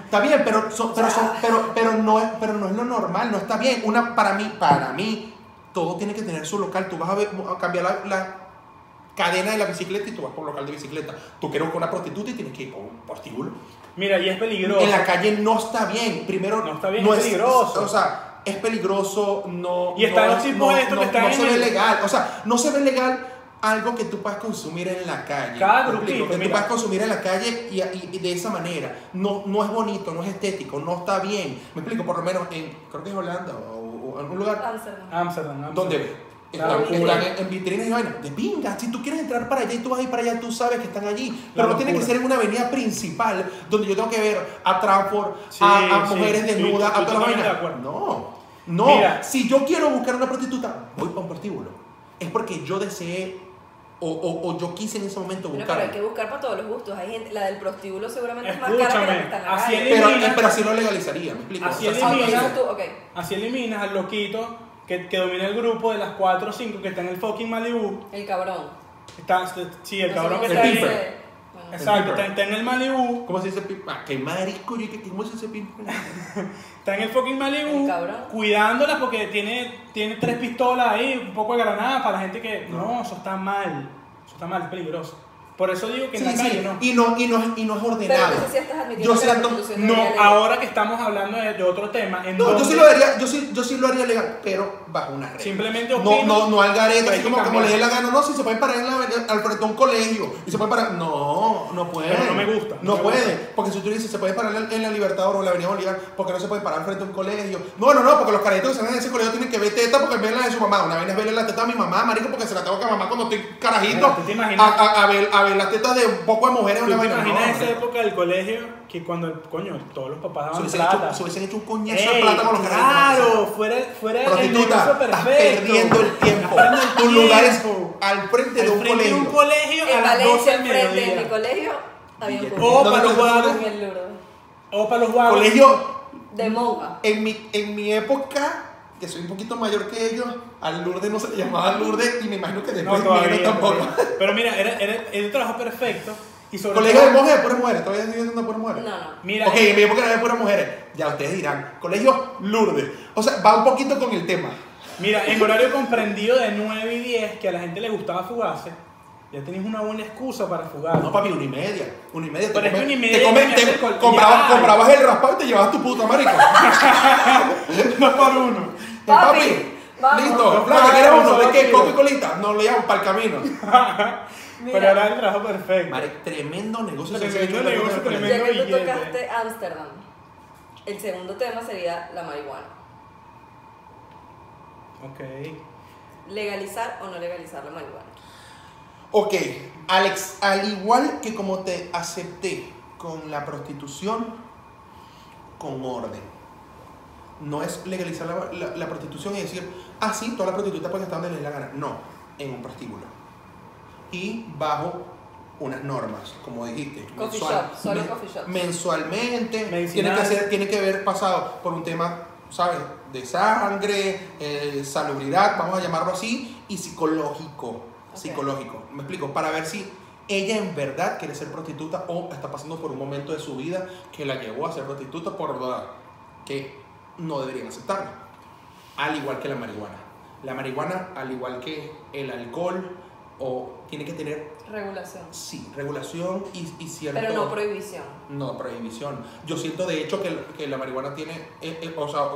Está bien, pero, son- pero, son- pero, pero, no es, pero no es lo normal, no está bien. Una, para mí, para mí, todo tiene que tener su local. Tú vas a, ver- a cambiar la, la cadena de la bicicleta y tú vas por un local de bicicleta. Tú quieres con una prostituta y tienes que ir por un prostíbulo.
Mira, y es peligroso.
En la calle no está bien. Primero,
No está bien, es peligroso.
O sea, es peligroso, no.
Y están
no-
los tipos
no-
estos este que
no-
están
No
en
se ve
el-
legal. O sea, no se ve legal algo que tú puedas consumir en la calle.
Cada
¿Me
grupito,
explico? Que tú
mira.
puedas consumir en la calle y, y- y de esa manera. No, no es bonito, no es estético, no está bien. Me explico, por lo menos en. Creo que es Holanda o, o algún lugar
Amsterdam.
Amsterdam, Amsterdam.
donde
Claro,
están,
locura.
están en vitrinas y vainas de pinga. Si tú quieres entrar para allá y tú vas a ir para allá, tú sabes que están allí. Pero no tiene que
locura.
ser en una avenida principal donde yo tengo que ver a Trafford,
Sí,
a, a
sí,
mujeres
sí,
desnudas, a
estoy
todas las
totalmente de
vainas.
acuerdo.
No, no.
Mira.
Si yo quiero buscar una prostituta, voy para un prostíbulo. Es porque yo deseé o, o- o yo quise en ese momento
Bueno, pero hay
buscarla.
que buscar para todos los gustos. Hay gente, la del prostíbulo seguramente es más cara que la
Escúchame,
que está en la
así
calle.
es.
Pero,
Elimina-
pero así lo legalizaría, me explico.
Así
sí
Ah, ok,
elimina-
lo
tú, ok.
Así eliminas al loquito que, que domina el grupo de las 4 o 5 que está en el fucking Malibu.
El cabrón.
Está, sí,
No
el
sé
cabrón que
cómo se
está ahí.
piper.
dice. Bueno.
Exacto,
El
está, está en el Malibu.
¿Cómo se dice pimp? Ah, qué marico, yo, ¿cómo se dice pimp?
Está en el fucking
El
Malibu.
cabrón.
Cuidándolas porque tiene, tiene tres pistolas ahí, un poco de granada para la gente que. No, eso está mal. Eso está mal, es peligroso. Por eso digo que
Sí,
en la
sí,
calle no.
Y no, y no, es- y no es
Pero
ordenado.
entonces sí estás admitiendo
Yo
que la
siento-
prostitución
No,
es legal.
ahora que estamos hablando de, de otro tema. En
No, yo
donde
sí lo haría, yo sí, yo sí lo haría legal, pero bajo una regla.
Simplemente
No,
opino.
no, no al garete,
Hay
así
que
como, como
cambiar.
le dé la gana, no, si se pueden parar en la, avenida- al frente de un colegio, y se pueden parar, no, No, no puede.
Pero no me gusta, no
No,
me
puede.
gusta.
Porque si tú dices, se puede parar en la Libertador o en la Avenida Bolívar, porque no se puede parar frente a un colegio. No, no, no, porque los carajitos que salen de ese colegio tienen que ver teta porque ven la de su mamá. Una vez es verle la teta a mi mamá, marico, porque se la tengo que a mamá cuando estoy carajito.
Mira, ¿tú te
a,
imaginas?
a, a ver, a ver las tetas de un poco de mujeres en
¿Tú te
una vaina.
imaginas
No,
esa
hombre.
época del colegio que cuando, coño, todos los papás
Se
daban
hubiesen
plata?
hecho- se hubiesen hecho un coñazo de
Ey,
plata con los carajitos.
claro, fuera, fuera el
Prostituta,
negocio
estás
perfecto.
perdiendo el tiempo.
Estás perdiendo el
Tu lugar es
tiempo.
al frente
Al
de un
frente de un
colegio.
colegio a
En
las 12
Valencia,
del
al frente de mi
mediodía. Oh,
colegio, había un
Billete.
colegio.
O para los guagos.
En el Lourdes.
O para los guagos.
Colegio
De monja.
En mi, en mi época, que soy un poquito mayor que ellos, al Lourdes no se le llamaba Lourdes y me imagino que
No,
después
todavía,
negro tampoco.
todavía. Pero mira, era, era el trabajo perfecto. Y sobre
Colegio
todo-
de mujeres, puras mujeres, todavía siguen siendo puras
No,
mujeres.
no.
Mira, eh.
ok, en mi época era de puras mujeres. Ya ustedes dirán, colegio Lourdes. O sea, va un poquito con el tema.
Mira, en horario comprendido de 9 y 10, que a la gente le gustaba fugarse, ya tenías una buena excusa para fugar.
No, papi, una y media. Una y media.
Pero es que
comes-
una y media
te comes-
ya
te
me hace col-
comprabas,
ya.
comprabas el raspado y te llevabas tu puta marico.
Dos por uno.
Papi, vamos.
Listo,
Dos
flaca,
palos,
¿quieres uno? ¿De
dos
qué?
kilos.
¿Coco y colita? No, le llevamos para el camino.
Pero era el trabajo perfecto.
Marico, tremendo negocio.
Tremendo
se ha hecho en la
negocio,
época del colegio.
Ya
tremendo.
que tú
billete.
tocaste Ámsterdam, el segundo tema sería la marihuana.
Ok.
¿Legalizar o no legalizar la marihuana?
Ok, Alex, al igual que como te acepté con la prostitución, con orden. No es legalizar la, la- la prostitución y decir, ah, sí, todas las prostitutas pueden estar donde les dé la gana. No, en un prostíbulo. Y bajo unas normas, como dijiste.
Coffee shop, solo coffee shop.
Mensualmente, tiene
Medicinal.
que, hacer, tiene que haber pasado por un tema, ¿sabes? De sangre, eh, salubridad, vamos a llamarlo así, y psicológico
Ok.
psicológico. Me explico, para ver si ella en verdad quiere ser prostituta o está pasando por un momento de su vida que la llevó a ser prostituta por verdad, que no deberían aceptarla. Al igual que la marihuana. La marihuana, al igual que el alcohol, o tiene que tener,
Regulación.
sí, regulación y, y cierto...
Pero no prohibición.
No, prohibición. Yo siento de hecho que, que la marihuana tiene eh, eh, o sea,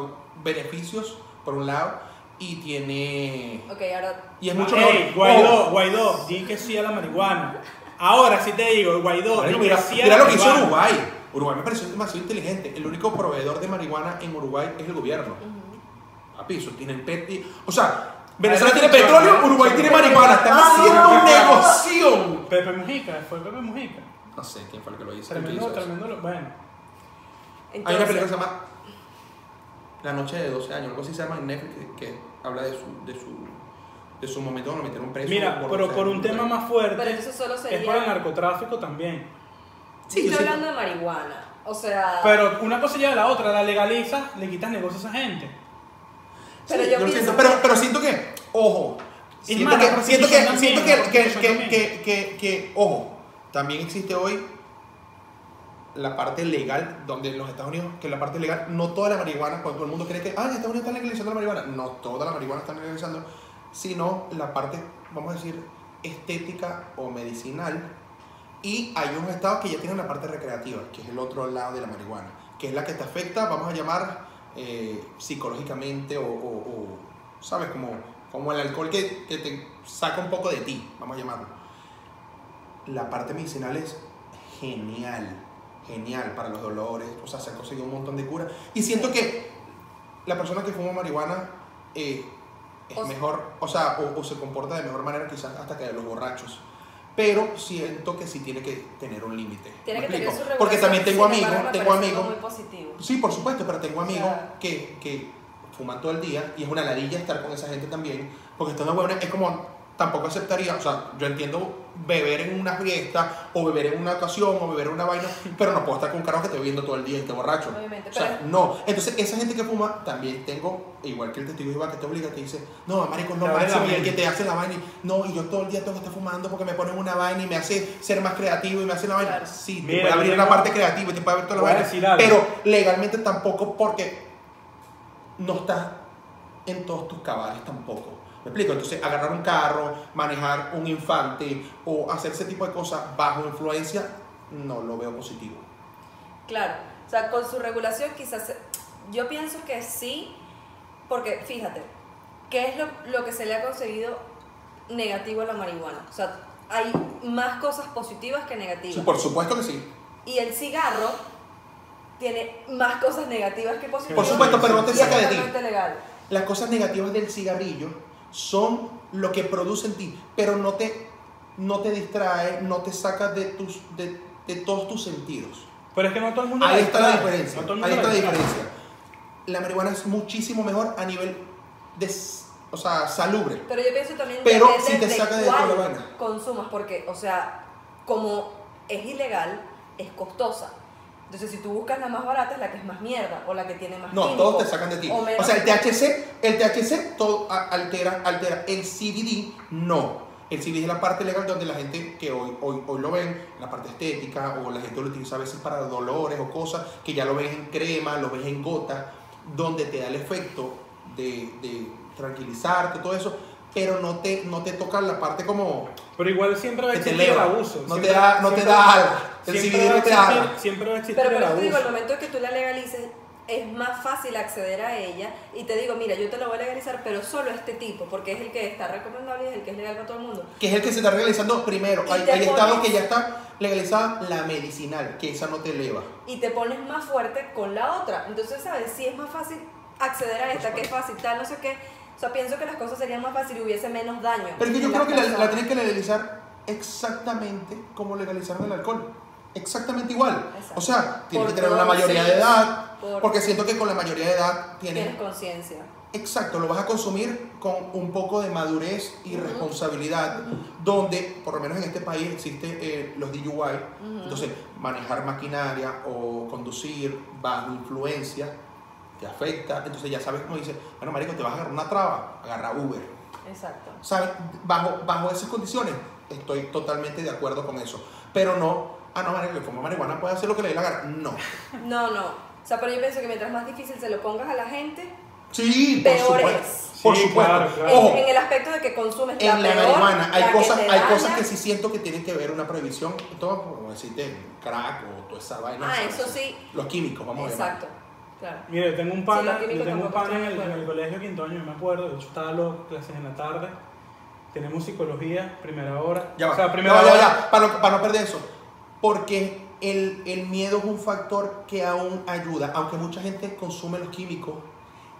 beneficios, por un lado, y tiene...
Ok, ahora.
Y es mucho Oh.
Ey,
mejor.
Guaidó, Guaidó, di que sí a la marihuana. Ahora sí te digo, Guaidó, di
Marico,
que
mira,
sí a
mira
la
lo que hizo
marihuana.
Uruguay. Uruguay me pareció demasiado inteligente. El único proveedor de marihuana en Uruguay es el gobierno. Papi, eso tienen peti. O sea, Venezuela tiene
Adelante,
petróleo,
Uruguay.
Uruguay tiene marihuana. Están
Ah,
haciendo un
no.
negocio.
Pepe Mujica, fue Pepe Mujica.
No sé quién fue el que lo hizo. el que hizo
Tremendo,
eso.
tremendo. lo- Bueno,
Hay una
Entonces,
película que se llama La noche de 12 años, algo así se llama en Netflix, que, que habla de su, de su, de su momento donde metieron preso.
mira,
por
pero
12
por un
años.
tema más fuerte,
Pero eso solo
es por el
sería.
narcotráfico también.
Sí, yo
Estoy
siento-
hablando de marihuana. O sea.
Pero una cosa lleva a la otra, la legalizas, le quitas negocio a esa gente.
Pero
Sí,
yo
lo
pienso-
siento, pero, pero siento que, ojo, siento
más, la
que, siento que,
prostitución
siento
también,
que, que, que,
la prostitución
que, que- que- ojo, también existe hoy la parte legal, donde en los Estados Unidos, que la parte legal, no toda la marihuana, cuando todo el mundo cree que, ah, en Estados Unidos están legalizando la marihuana, no toda la marihuana están legalizando, sino la parte, vamos a decir, estética o medicinal, y hay unos estados que ya tienen la parte recreativa, que es el otro lado de la marihuana, que es la que te afecta, vamos a llamar, eh, psicológicamente o, o- o, ¿sabes? Como, como el alcohol que, que te saca un poco de ti, vamos a llamarlo. La parte medicinal es genial, genial para los dolores, o sea, se ha conseguido un montón de cura. Y siento que la persona que fuma marihuana eh, es
O-
mejor, o sea, o, o se comporta de mejor manera quizás hasta que los borrachos. Pero siento que sí tiene que tener un límite.
Tiene
¿Me
que tener
explico?
su regulación.
Porque también tengo
sin
amigos,
embargo, me
tengo
parece
amigos
algo muy positivo.
Sí, por supuesto, pero tengo amigos
Claro.
que, que fuman todo el día y es una ladilla estar con esa gente también, porque estando huevona es como tampoco aceptaría, o sea, yo entiendo beber en una fiesta o beber en una ocasión o beber en una vaina, pero no puedo estar con un carajo que esté bebiendo todo el día y esté borracho.
Obviamente,
O sea, no. Entonces, esa gente que fuma también tengo, igual que el testigo de Jehová que te obliga, te dice, no, marico, no,
Te abre la
máximo, y el
mente.
que te hace la vaina, y, no, y yo todo el día tengo que estar fumando porque me ponen una vaina y me hace ser más creativo y me hace la vaina.
Claro.
Sí, te
Mira,
puede abrir
yo
la
tengo-
parte creativa y te puede abrir toda la
Voy a
vaina,
decir algo.
pero legalmente tampoco porque no estás en todos tus cabales tampoco. ¿Me explico? Entonces, agarrar un carro, manejar un infante o hacer ese tipo de cosas bajo influencia, no lo veo positivo.
Claro, o sea, con su regulación quizás, se- yo pienso que sí, porque fíjate, ¿qué es lo, lo que se le ha conseguido negativo a la marihuana? O sea, hay más cosas positivas que negativas.
Sí, por supuesto que sí.
Y el cigarro tiene más cosas negativas que positivas.
Por supuesto, pero no te
Y es
saca de ti.
totalmente legal.
Las cosas negativas del cigarrillo son lo que produce en ti, pero no te, no te distrae, no te saca de, tus, de, de todos tus sentidos.
Pero es que no todo el mundo.
Ahí
la
está la
distrae,
diferencia.
no todo el
Ahí está
mundo
la
distrae.
diferencia. La marihuana es muchísimo mejor a nivel de, s- o sea, salubre.
Pero yo pienso también
Pero
depende
si te saca de
cuál
tu vaina.
consumas, porque, o sea, como es ilegal, es costosa. Entonces, si tú buscas la más barata, es la que es más mierda, o la que tiene más
No,
químico,
todos te sacan de ti.
O,
O,
menos-
sea, el THC, el THC todo a- altera, altera. El CBD no. El CBD es la parte legal donde la gente que hoy, hoy, hoy lo ven, la parte estética, o la gente lo utiliza a veces para dolores o cosas, que ya lo ves en crema, lo ves en gota, donde te da el efecto de, de tranquilizarte, todo eso, pero no te, no te toca la parte como
Pero igual siempre va a
que te
existir el
eleva.
abuso.
Este No te
siempre-
da, no te
siempre-
da ala. El
siempre
CBD
va a
no te da
existir-
ala.
Siempre va a existir
Pero por
el
eso te digo, al
abuso.
momento que tú la legalices, es más fácil acceder a ella y te digo, mira, yo te la voy a legalizar, pero solo este tipo, porque es el que está recomendable y es el que es legal para todo el mundo.
que es el que se está legalizando primero.
Y
Hay,
te
hay estados
pones-
que ya está legalizada la medicinal, que esa no te eleva.
y te pones más fuerte con la otra. Entonces, ¿sabes? Sí es más fácil acceder a esta, que es fácil, tal, no sé qué. O sea, pienso que las cosas serían más fáciles y hubiese menos daño.
Pero es que yo
en
creo
las
que la, la
personas.
tienen que legalizar exactamente como legalizaron el alcohol. Exactamente igual.
Exacto.
O sea, tienes
Por
que tener una
dosis,
mayoría de edad.
por-
Porque siento que con la mayoría de edad tienes.
Tienes conciencia.
Exacto, lo vas a consumir con un poco de madurez y
Ujú.
responsabilidad, donde, por lo menos en este país, existe eh, los DUI.
Ujú.
Entonces, manejar maquinaria o conducir bajo influencia te afecta. Entonces, ya sabes cómo dice, bueno, marico, te vas a agarrar una traba, agarra Uber.
Exacto.
¿Sabes? Bajo, bajo esas condiciones, estoy totalmente de acuerdo con eso. Pero no, ah, no, marico, como marihuana puede hacer lo que le dé la gana. No.
No, no. O sea, pero yo pienso que mientras más difícil se lo pongas a la gente,
Sí, por
Peor
supuesto.
es.
Por
Sí,
supuesto.
claro, claro.
Ojo,
en, en el aspecto de que consumes
en la
peor,
marihuana hay
la que
cosas
te
hay
daña.
cosas que sí siento que tienen que ver una prohibición todo como decirte crack o toda esa vaina
Ah,
¿sabes?
eso sí.
los químicos vamos
Exacto. Claro.
Mire, yo tengo un pana,
Sí, los
yo
químicos
tengo un
tampoco
pana en, el,
están de
en el colegio quinto año, yo me acuerdo, de hecho estaba loco, clases en la tarde, tenemos psicología, primera hora,
a llamarlo ya va.
o sea, primera
No, ya,
hora,
ya, para, no, para no perder eso porque el, el miedo es un factor que aún ayuda aunque mucha gente consume los químicos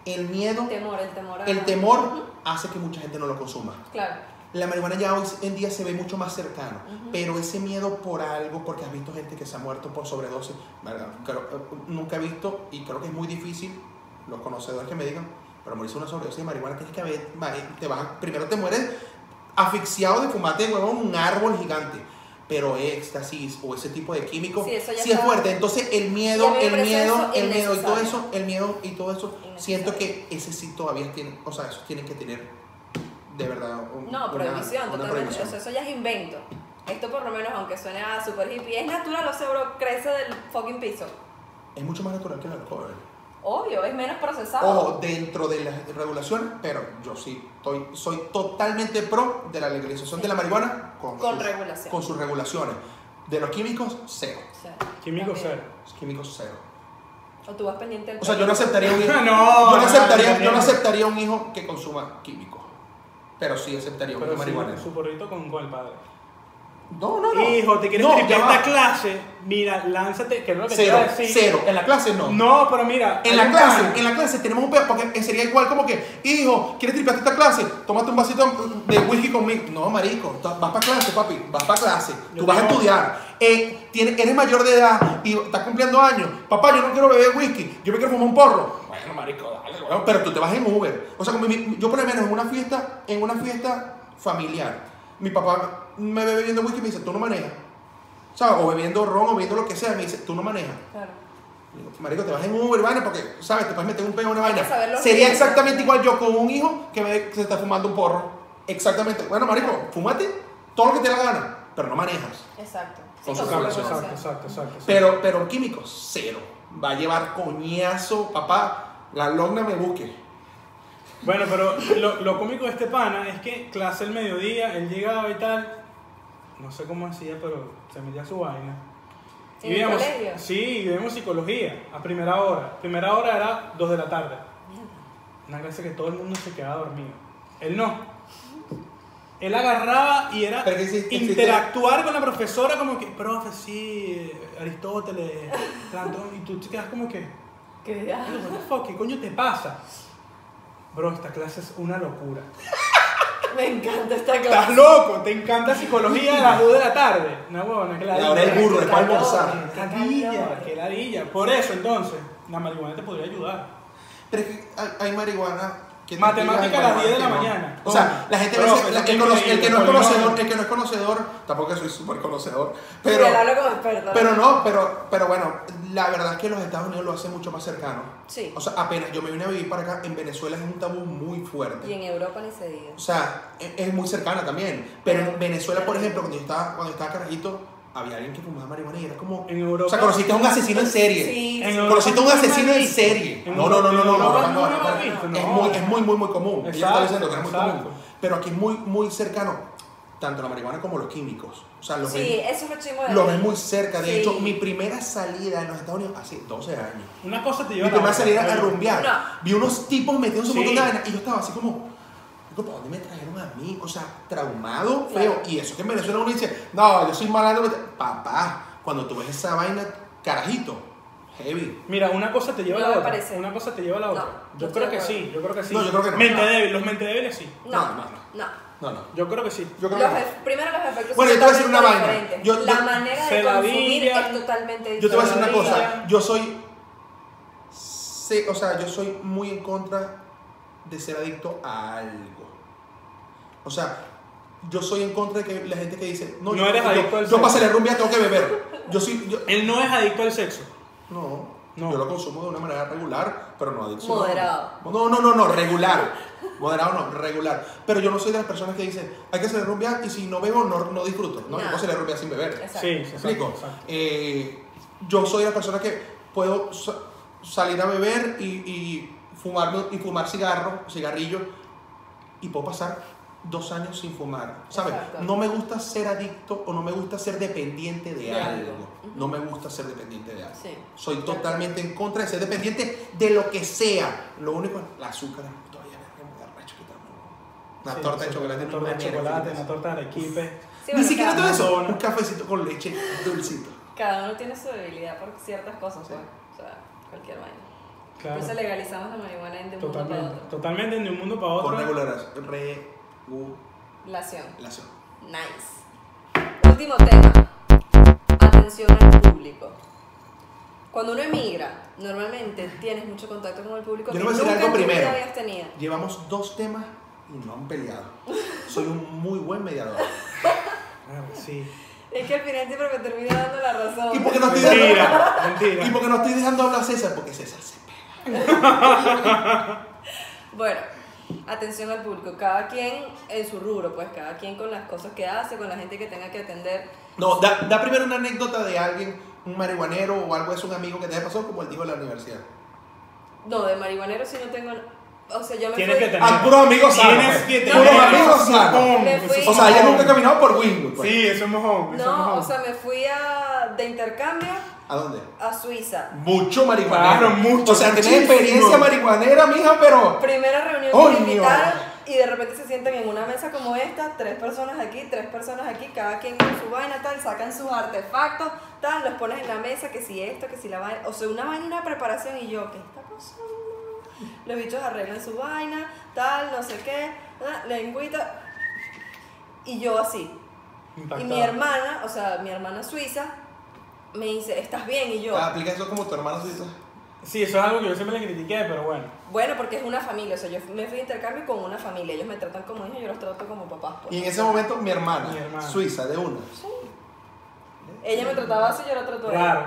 el miedo
El temor, el temor. a-
el temor hace que mucha gente no lo consuma
Claro.
La marihuana ya hoy en día se ve mucho más cercano, pero ese miedo por algo, porque has visto gente que se ha muerto por sobredosis, verga, creo- eh, nunca he visto y creo que es muy difícil, los conocedores que me digan, pero morirse de una sobredosis de marihuana tienes que haber, mari- te vas, a- primero te mueres asfixiado de fumate de huevón un árbol gigante, pero éxtasis o ese tipo de químicos,
Sí, eso ya
si es
está-
fuerte, entonces el
Y a
miedo,
mí me
el
parece
miedo,
eso
el miedo y todo
innecesario.
eso, el miedo y todo eso,
Innecesario.
siento que ese sí todavía tiene, o sea, esos tienen que tener de verdad. un-
No,
una-
prohibición,
una
totalmente.
prohibición.
O sea, eso ya es invento. Esto por lo menos, aunque suene a super hippie, es natural, o sea, bro, crece del fucking piso.
es mucho más natural que el alcohol.
Obvio, es menos procesado.
Ojo, dentro de las regulaciones, pero yo sí estoy, soy totalmente pro de la legalización de la marihuana con,
Con
sus,
regulación.
con sus regulaciones. De los químicos, cero.
O sea,
químico
también.
cero.
Los químicos, cero.
O tú vas pendiente del
O sea, yo no aceptaría un hijo.
No,
yo no
no,
aceptaría,
no,
yo no
no.
aceptaría un hijo que consuma químicos. Pero sí aceptaría un
Pero
hijo
sí,
marihuana.
su porrito con gol, padre.
No, no, no.
Hijo, ¿te quieres
no,
tripear
ya
esta
va.
clase? Mira, lánzate, que es lo que te
Cero,
iba a decir.
cero. En la clase no.
No, pero mira.
En
hay
la
un
clase,
pana.
en la clase tenemos un peor, porque sería igual como que, hijo, ¿quieres tripearte esta clase? Tómate un vasito de whisky conmigo. No, marico, ta- vas para clase, papi, vas para clase, tú
Yo
vas a
tengo-
estudiar. Eh, tienes- eres mayor de edad y estás cumpliendo años. Papá, yo no quiero beber whisky, yo me quiero fumar un porro. Bueno, marico, dale, weón, pero tú te vas en Uber. O sea, como mi- yo por lo menos en una fiesta, en una fiesta familiar, mi papá me ve bebiendo whisky y me dice, tú no manejas. ¿Sabes? O bebiendo ron o bebiendo lo que sea, me dice, tú no manejas.
Claro.
Digo, Marico, te vas en Uber, vaina, porque, ¿sabes? Te puedes meter un pego en una
Hay que
vaina.
saber los
Sería
riesgos.
exactamente igual yo con un hijo que me- que se está fumando un porro. Exactamente. Bueno, marico, fumate todo lo que te dé la gana, pero no manejas.
Exacto.
Con sus
Sí, con su
Exacto,
regulaciones.
conciencia.
exacto, exacto, exacto.
Pero, pero químico, cero. Va a llevar coñazo, papá. La logna me busque.
Bueno, pero lo, lo cómico de este pana es que clase el mediodía, él llegaba y tal, no sé cómo hacía, pero se metía su vaina.
¿En el
veíamos-
colegio?
Sí, y veíamos psicología a primera hora. Primera hora era 2 de la tarde.
Mierda.
Una clase que todo el mundo se quedaba dormido. Él no. Él agarraba y era
Pero que existe- existe-
interactuar con la profesora como que, profe, sí, Aristóteles, Platón, y tú te quedas como que,
Que, ah,
what the fuck, ¿qué coño te pasa? Bro, esta clase es una locura.
me encanta esta
Estás
clase.
loco, te encanta psicología a las 2 de la tarde. Una huevona, que
Y ahora el burro, el
que
cual almorzar.
Qué ladilla, qué ladilla. Por eso, entonces, la marihuana te podría ayudar.
Pero es que hay, hay marihuana. Que te
Matemática
explica, hay
a las 10 de la
marihuana que no.
mañana.
O sea, la gente a
Profe,
veces, la-
eso
el,
es
cono- el que no es
increíble,
conocedor,
coño.
el que no es conocedor, tampoco que soy súper conocedor,
Pero,
pero,
hablo como experta.
pero no, pero, pero bueno, la verdad es que los Estados Unidos lo hacen mucho más cercano.
Sí.
O sea, apenas yo me vine a vivir para acá, en Venezuela es un tabú muy fuerte.
Y en Europa ni se diga.
O sea, es, es muy cercana también. Pero en Venezuela, por ejemplo, cuando yo estaba, cuando estaba carajito, había alguien que fumaba marihuana y era como.
En Europa.
O sea, conociste a un asesino en serie.
Sí,
En
sí.
Europa
Conociste a un
no hay
asesino en
visto.
serie.
En
No, no, no, no, no, no,
Europa
no, no,
lo
no,
has visto,
Es
no.
muy, es muy, muy, muy común. Ella está
Exacto,
diciendo que era muy
exacto.
común. Pero aquí es muy, muy cercano, tanto la marihuana como los químicos. O sea, los
Sí, eso es lo chingo de
ven, los
aquí.
ven muy cerca. De hecho,
Sí.
mi primera salida en los Estados Unidos hace 12 años.
Una cosa te lleva
Mi
a la
primera
otra,
salida a
pero-
rumbear.
No.
Vi unos tipos metiéndose un
Sí.
montón de vainas y yo estaba así como. "Digo, ¿Para dónde me trajeron a mí? O sea, traumado,
Claro.
feo. Y eso que en Venezuela uno dice, no, yo soy malandro. Papá, cuando tú ves esa vaina, carajito, heavy.
Mira, una cosa te lleva
No
a la
me
otra.
parece.
Una cosa te lleva a la otra.
No,
yo
no estoy
creo que
de acuerdo.
sí, yo creo que sí.
No, yo creo que no.
Mente
No.
débil, los mente débiles sí.
No,
No,
no,
no.
No, no.
Yo creo que sí.
Yo creo
Los
que.
ef- primero los efectos
Bueno, yo
son
te voy a decir una
totalmente
vaina.
diferentes.
Yo-
la
yo-
manera
se
de
la
consumir
villa.
es totalmente diferente.
Yo te voy a decir una
Todavía.
cosa. Yo soy. sé- o sea, yo soy muy en contra de ser adicto a algo. O sea, yo soy en contra de que la gente que dice. No,
No
yo,
eres
yo-
adicto al
Yo
sexo.
para salir a rumbear tengo que beber. Yo soy. yo-
Él no es adicto al sexo.
no,
No.
Yo lo consumo de una manera regular, pero no adicto.
Moderado.
No, no, no, no, regular. Moderado no, regular. Pero yo no soy de las personas que dicen, hay que salir a rumbear y si no bebo, no, no disfruto. No,
No.
yo puedo salir a rumbear sin beber.
Exacto.
Sí,
¿Me
exacto,
explico?
exacto.
Eh, yo soy la persona que puedo sa- salir a beber y, y fumarme- y fumar cigarro, cigarrillo, y puedo pasar dos años sin fumar. ¿Sabes?
Exacto.
No me gusta ser adicto o no me gusta ser dependiente de,
De
algo.
algo.
No me gusta ser dependiente de algo.
Sí.
Soy totalmente en contra de ser dependiente de lo que sea. Lo único es el azúcar. Todavía me voy a arrecho quitarme. Una
Sí,
torta de
sí,
chocolate.
Una torta de
manera,
chocolate,
fíjate.
una torta de arequipe.
Sí,
Ni
bueno,
siquiera todo
cada,
eso.
uno.
Un cafecito con leche dulcito.
cada uno tiene su debilidad por ciertas cosas,
Sí.
pues. O sea, cualquier vaina.
Claro.
Por eso legalizamos la marihuana en de un mundo para
Totalmente.
otro.
Totalmente de un mundo para
Con
otro.
regular- regulación.
Lación. Nice. Último tema. Atención al público. Cuando uno emigra, normalmente tienes mucho contacto con el público
Yo
que
le voy a decir
nunca
algo
en tu vida
primero.
habías tenido.
Llevamos dos temas y no han peleado. Soy un muy buen mediador.
Ah, sí.
Es que al final siempre me termina dando la razón.
¿Y por qué no estoy dejando,
Mentira, mentira.
y por qué no estoy dejando hablar a César? Porque César se pega.
Bueno, atención al público. Cada quien en su rubro, pues cada quien con las cosas que hace, con la gente que tenga que atender.
No, da, da primero una anécdota de alguien, un marihuanero o algo, es un amigo que te haya pasado, como él dijo en la universidad.
No, de marihuanero si no tengo. O sea, yo me
Tienes
fui-
que tener.
Ah, puro amigo sano,
Tienes
pues.
que tener.
Puros amigos sanos.
Mojón,
Me
eso es
fui-
O sea, ella
mojón.
nunca ha caminado por Winwood. pues.
Sí, eso es mojón. eso es
No,
mojón.
o sea, me fui a, de intercambio
¿A dónde?
a Suiza.
Mucho marihuanero.
Claro, mucho,
O sea, tenés
muchísimo.
experiencia marihuanera, mija, pero.
Primera reunión que
¡Coño!
me invitaron y de repente se sientan en una mesa como esta, tres personas aquí, tres personas aquí, cada quien con su vaina, tal, sacan sus artefactos, tal, los pones en la mesa, que si esto, que si la vaina, o sea, una vaina, una preparación y yo, ¿qué está pasando? Los bichos arreglan su vaina, tal, no sé qué, ah, lengüita, y yo así. Y mi
Impactado.
hermana, o sea, mi hermana suiza, me dice, ¿estás bien? Y yo,
Ah, aplica eso como tu hermano suizo.
Sí, eso es algo que yo siempre le critiqué, pero bueno.
Bueno, porque es una familia, o sea, yo me fui de intercambio con una familia, ellos me tratan como hija, yo los trato como papás. pues.
Y en ese momento, mi hermana,
Mi hermana.
suiza, de una.
Ella me trataba así, yo la trato así.
Raro.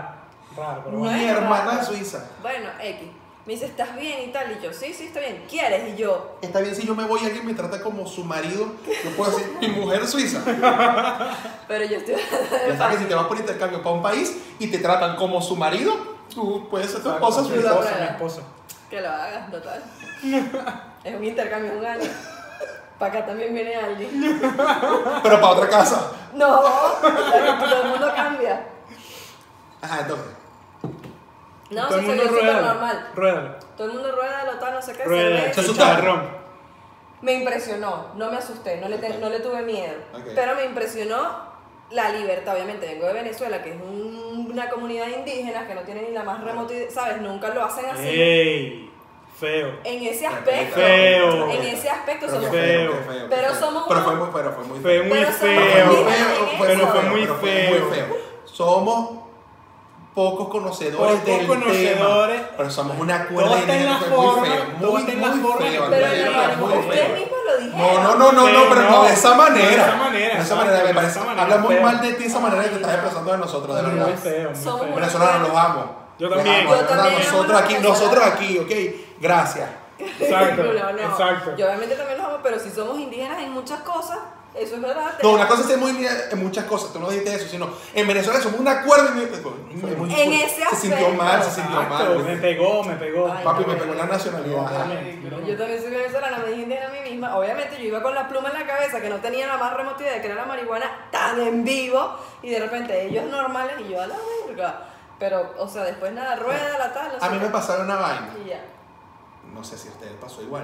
Raro, pero bueno.
Bueno.
Mi hermana suiza.
Bueno, X. Me dice, ¿estás bien y tal? Y yo, sí, sí, estoy bien. ¿Quieres? Y yo,
Está bien si yo me voy y alguien me trata como su marido. Yo puedo decir, mi mujer suiza.
pero yo estoy...
Ya sabes que si te vas por intercambio para un país y te tratan como su marido, tú puedes ser tu
Claro,
esposa
mi
suiza.
esposa, mi esposa.
que lo hagas, total. es un intercambio, es un año. Para acá también viene alguien.
Pero para otra casa.
No, o sea, que todo el mundo cambia.
Ajá, entonces.
No, sí,
Todo el
soy
mundo
yo súper
rueda.
normal.
Rueda.
Todo el mundo rueda, lo tal, no sé qué, se
Rueda.
ve.
Se asustaron.
Chicharrón.
me impresionó, no me asusté, no le, te- no le tuve miedo,
Ok.
pero me impresionó la libertad, obviamente, vengo de Venezuela, que es un- una comunidad indígena que no tiene ni la más remota, idea, ¿sabes? Nunca lo hacen así.
Eh, ¡Ey! Feo.
En ese aspecto,
Feo.
en ese aspecto
Pero
somos
fue feo,
feo.
fue feo,
Pero
fue feo.
somos
Pero
unos-
fue muy, pero fue muy
Fue muy
Pero somos
feo.
indígenas en
Fue-
eso.
fue muy
pero
feo.
Somos pocos conocedores
Pocos
del
conocedores.
tema, pero somos una
Todo
cuerda de
está en
negro,
la
fue
forma,
muy feo,
todo
muy,
está en
muy
la forma.
feo,
Pero
Andrea,
no, no,
muy
ustedes
feo.
mismos lo dijeron.
No, no, no, no,
Feo,
no, pero no, de esa
no,
manera.
de esa manera,
De esa manera, me
exacto, de
parece.
esa manera,
Habla muy
feo.
mal de ti esa manera que te estás expresando de nosotros, de
Muy
verdad.
feo, muy
Somos
feo.
una-
Venezolanos, los amo.
Yo
Los
también.
amo, de
Yo
verdad,
también amo
Nosotros
a los
aquí,
venezolanos.
nosotros aquí, ok. Gracias.
Exacto,
No, no.
exacto.
Yo obviamente también los amo, pero si somos indígenas en muchas cosas, eso es verdad.
No, una cosa es ser muy unida en muchas cosas, tú no dijiste eso, sino en Venezuela somos una cuerda y fue muy-
En ese
Se sintió mal, se sintió
Exacto, me
mal.
pegó, me pegó.
Ay,
Papi, me pegó la nacionalidad. ajá.
Pero Yo también soy venezolana, me dije indígena a mí misma. Obviamente yo iba con la pluma en la cabeza, que no tenía la más remota idea de que era la marihuana tan en vivo, y de repente ellos normales y yo a la verga. Pero, o sea, después nada, rueda, la tal, la
A mí me pasaron una vaina.
Y ya.
no sé si a ustedes pasó igual,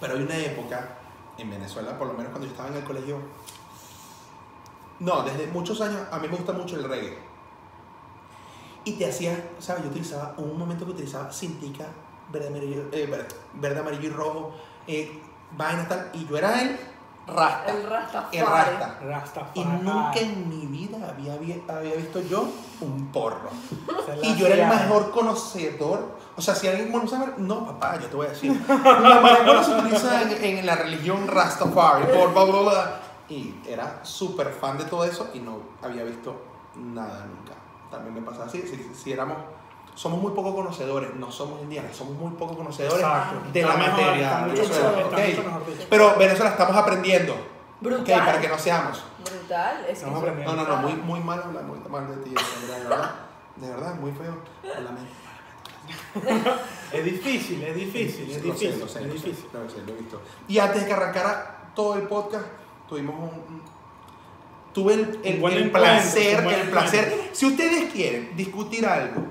pero hay una época en Venezuela, por lo menos cuando yo estaba en el colegio, no, desde muchos años a mí me gusta mucho el reggae. Y te hacía, ¿sabes? Yo utilizaba, hubo un momento que utilizaba cintica, verde, amarillo, eh, ver- verde, amarillo y rojo, eh, vainas tal, y yo era el rasta,
El Rastafari.
el rasta.
Rastafari.
Y nunca en mi vida había, vi- había visto yo un porro. Y yo era el mejor conocedor. O sea, si alguien bueno sabe, no, papá, yo te voy a decir. La marihuana se utiliza en, en la religión Rastafari, por bla, bla, bla. Y era súper fan de todo eso y no había visto nada nunca. También me pasa así. Si, si éramos, somos muy poco conocedores, no somos indígenas, somos muy poco conocedores
Exacto.
de la
Está mejor,
materia.
está mucho
Venezuela,
mejor, está
¿ok?
mucho mejor dicho.
Pero Venezuela estamos aprendiendo.
Brutal.
¿ok? Para que no seamos.
Brutal. Es que
Estamos aprendiendo.
No, no, no, muy, muy mal hablar, muy mal de ti, Andrea, de verdad. De verdad, muy feo. Lo lamento.
Es difícil, es difícil, es
Lo sé,
difícil.
lo sé,
es
lo sé,
difícil.
lo sé, lo he visto. Y antes de que arrancara todo el podcast, tuvimos un- un. Tuve el, el-
Un buen
el
encuentro,
placer,
un buen
el placer. Si ustedes quieren discutir algo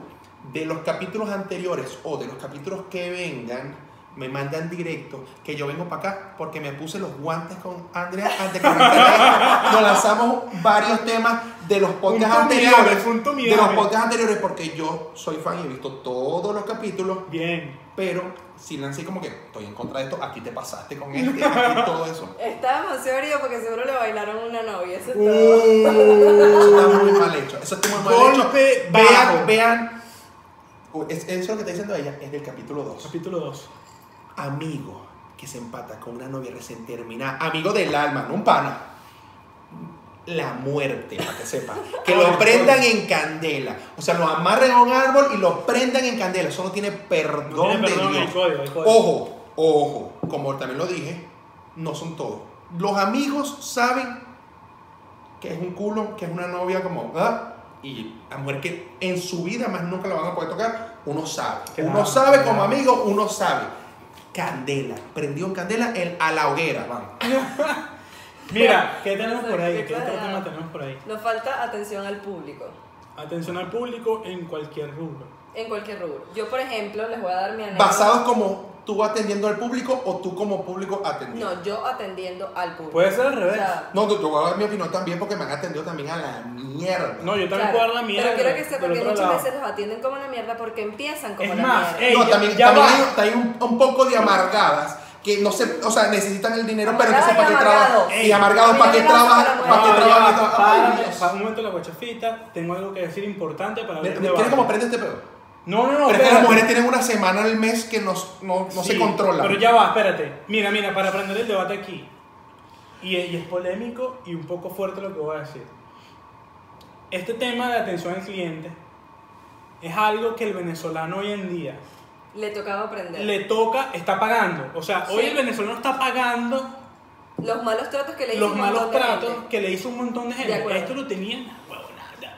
de los capítulos anteriores o de los capítulos que vengan, me mandan directo que yo vengo para acá porque me puse los guantes con Andrea antes que arrancara esto. Nos lanzamos varios temas de los podcasts
Punto mirable,
anteriores.
punto
De los
mirable.
podcasts anteriores porque yo soy fan y he visto todos los capítulos
Bien.
pero si lancé como que estoy en contra de esto, aquí te pasaste con este, aquí todo eso.
Está demasiado herido porque seguro le bailaron una novia. Eso es
Uh.
todo.
Eso está muy mal hecho. Eso está muy mal
Golpe
hecho.
bajo.
Vean, vean. Uh, es- Eso que está diciendo ella es del capítulo 2.
Capítulo 2.
Amigo que se empata con una novia recién terminada. Amigo del alma, no un pana. La muerte, para que sepa. Que lo prendan en candela. O sea, lo amarren a un árbol y lo prendan en candela. Eso no tiene perdón, de
No tiene perdón
Dios.
el código, el código.
Ojo, ojo, como también lo dije, no son todos. Los amigos saben que es un culo, que es una novia como, ¿verdad? Y la mujer que en su vida más nunca la van a poder tocar, uno sabe.
Claro,
uno sabe
claro.
como amigo, uno sabe. Candela, prendió en candela el, a la hoguera, van.
Mira, ¿qué tenemos por ahí? ¿Qué
Claro.
otro tema tenemos por ahí?
Nos falta atención al público.
Atención al público en cualquier rubro.
En cualquier rubro. Yo, por ejemplo, les voy a dar mi anécdota.
Basados como tú atendiendo al público o tú como público atendiendo.
No, yo atendiendo al público.
Puede ser al
O
revés.
sea,
No, yo yo voy a dar mi opinión también porque me han atendido también a la mierda.
No, yo también
claro,
puedo dar la mierda.
Pero quiero que sepan
del
que
otro
muchas
lado.
veces los atienden como la mierda porque empiezan como
Es
la
más, eh,
mierda.
ey,
no,
ya-
también,
ya
también
va.
hay, también un, un poco de amargadas que no se, o sea, necesitan el dinero, pero no sé para qué
Amargadas y
trabajan.
amargados.
Y amargados, ¿para qué
Mira,
trabajan?
mira,
¿Para
No,
qué
ya
trabajan?
va,
Ay,
párame,
Dios.
para un momento la guachafita. Tengo algo que decir importante
Mira,
para abrir
mira,
debate.
¿Quieres cómo prende este pedo?
No, no,
Pero es
no.
que
espérate.
las mujeres tienen una semana al mes que nos, no, no
Sí,
se controlan.
Pero ya va, espérate. Mira, mira, para aprender el debate aquí. Y, y es polémico y un poco fuerte lo que voy a decir. Este tema de atención al cliente es algo que el venezolano hoy en día
Le tocaba aprender.
le toca, está pagando. O sea, hoy
Sí.
el venezolano está pagando
Los malos tratos que le hizo
los
un
malos
montón de
tratos
gente.
que le hizo un montón de
De
gente.
acuerdo.
Esto lo tenían. huevona,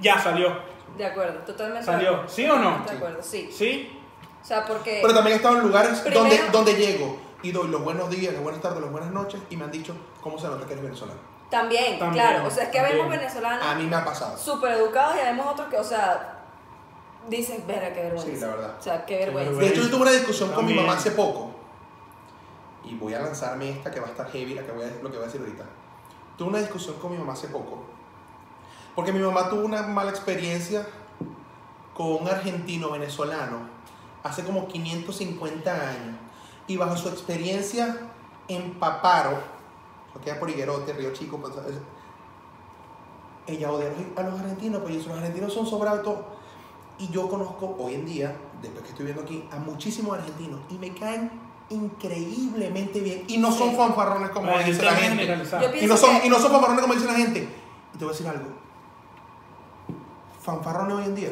Ya salió.
De acuerdo, totalmente. de
Salió.
acuerdo.
¿Sí o no?
De acuerdo, sí.
¿Sí?
O sea, porque.
Pero también he estado en lugares
Primero-
donde, donde llego y doy los buenos días, las buenas tardes, las buenas noches y me han dicho, ¿cómo se nota que eres venezolano?
También,
También,
claro. O sea, es que
también. Ah,
vemos venezolanos
A mí me ha pasado.
súper educados y vemos otros que, o sea, dices, verga, qué vergüenza.
Sí, la verdad.
O sea, qué
Qué
vergüenza.
De hecho, yo tuve una discusión con mi
También.
mamá hace poco. y voy a lanzarme esta que va a estar heavy, la que voy a, lo que voy a decir ahorita. Tuve una discusión con mi mamá hace poco, porque mi mamá tuvo una mala experiencia con un argentino venezolano hace como 550 años, y bajo su experiencia en Paparo, lo que era por Higuerote, Río Chico, pues, es- ella odia a los- a los argentinos, pues los argentinos son sobrados y todo. Y yo conozco hoy en día, después que estoy viendo aquí, a muchísimos argentinos y me caen increíblemente bien. Y no son
Sí.
fanfarrones como
Para
dice
evitar
la gente.
generalizar.
Yo pienso
Y no, son,
que-
y no son fanfarrones como dice la gente. Y te voy a decir algo. Fanfarrones hoy en día,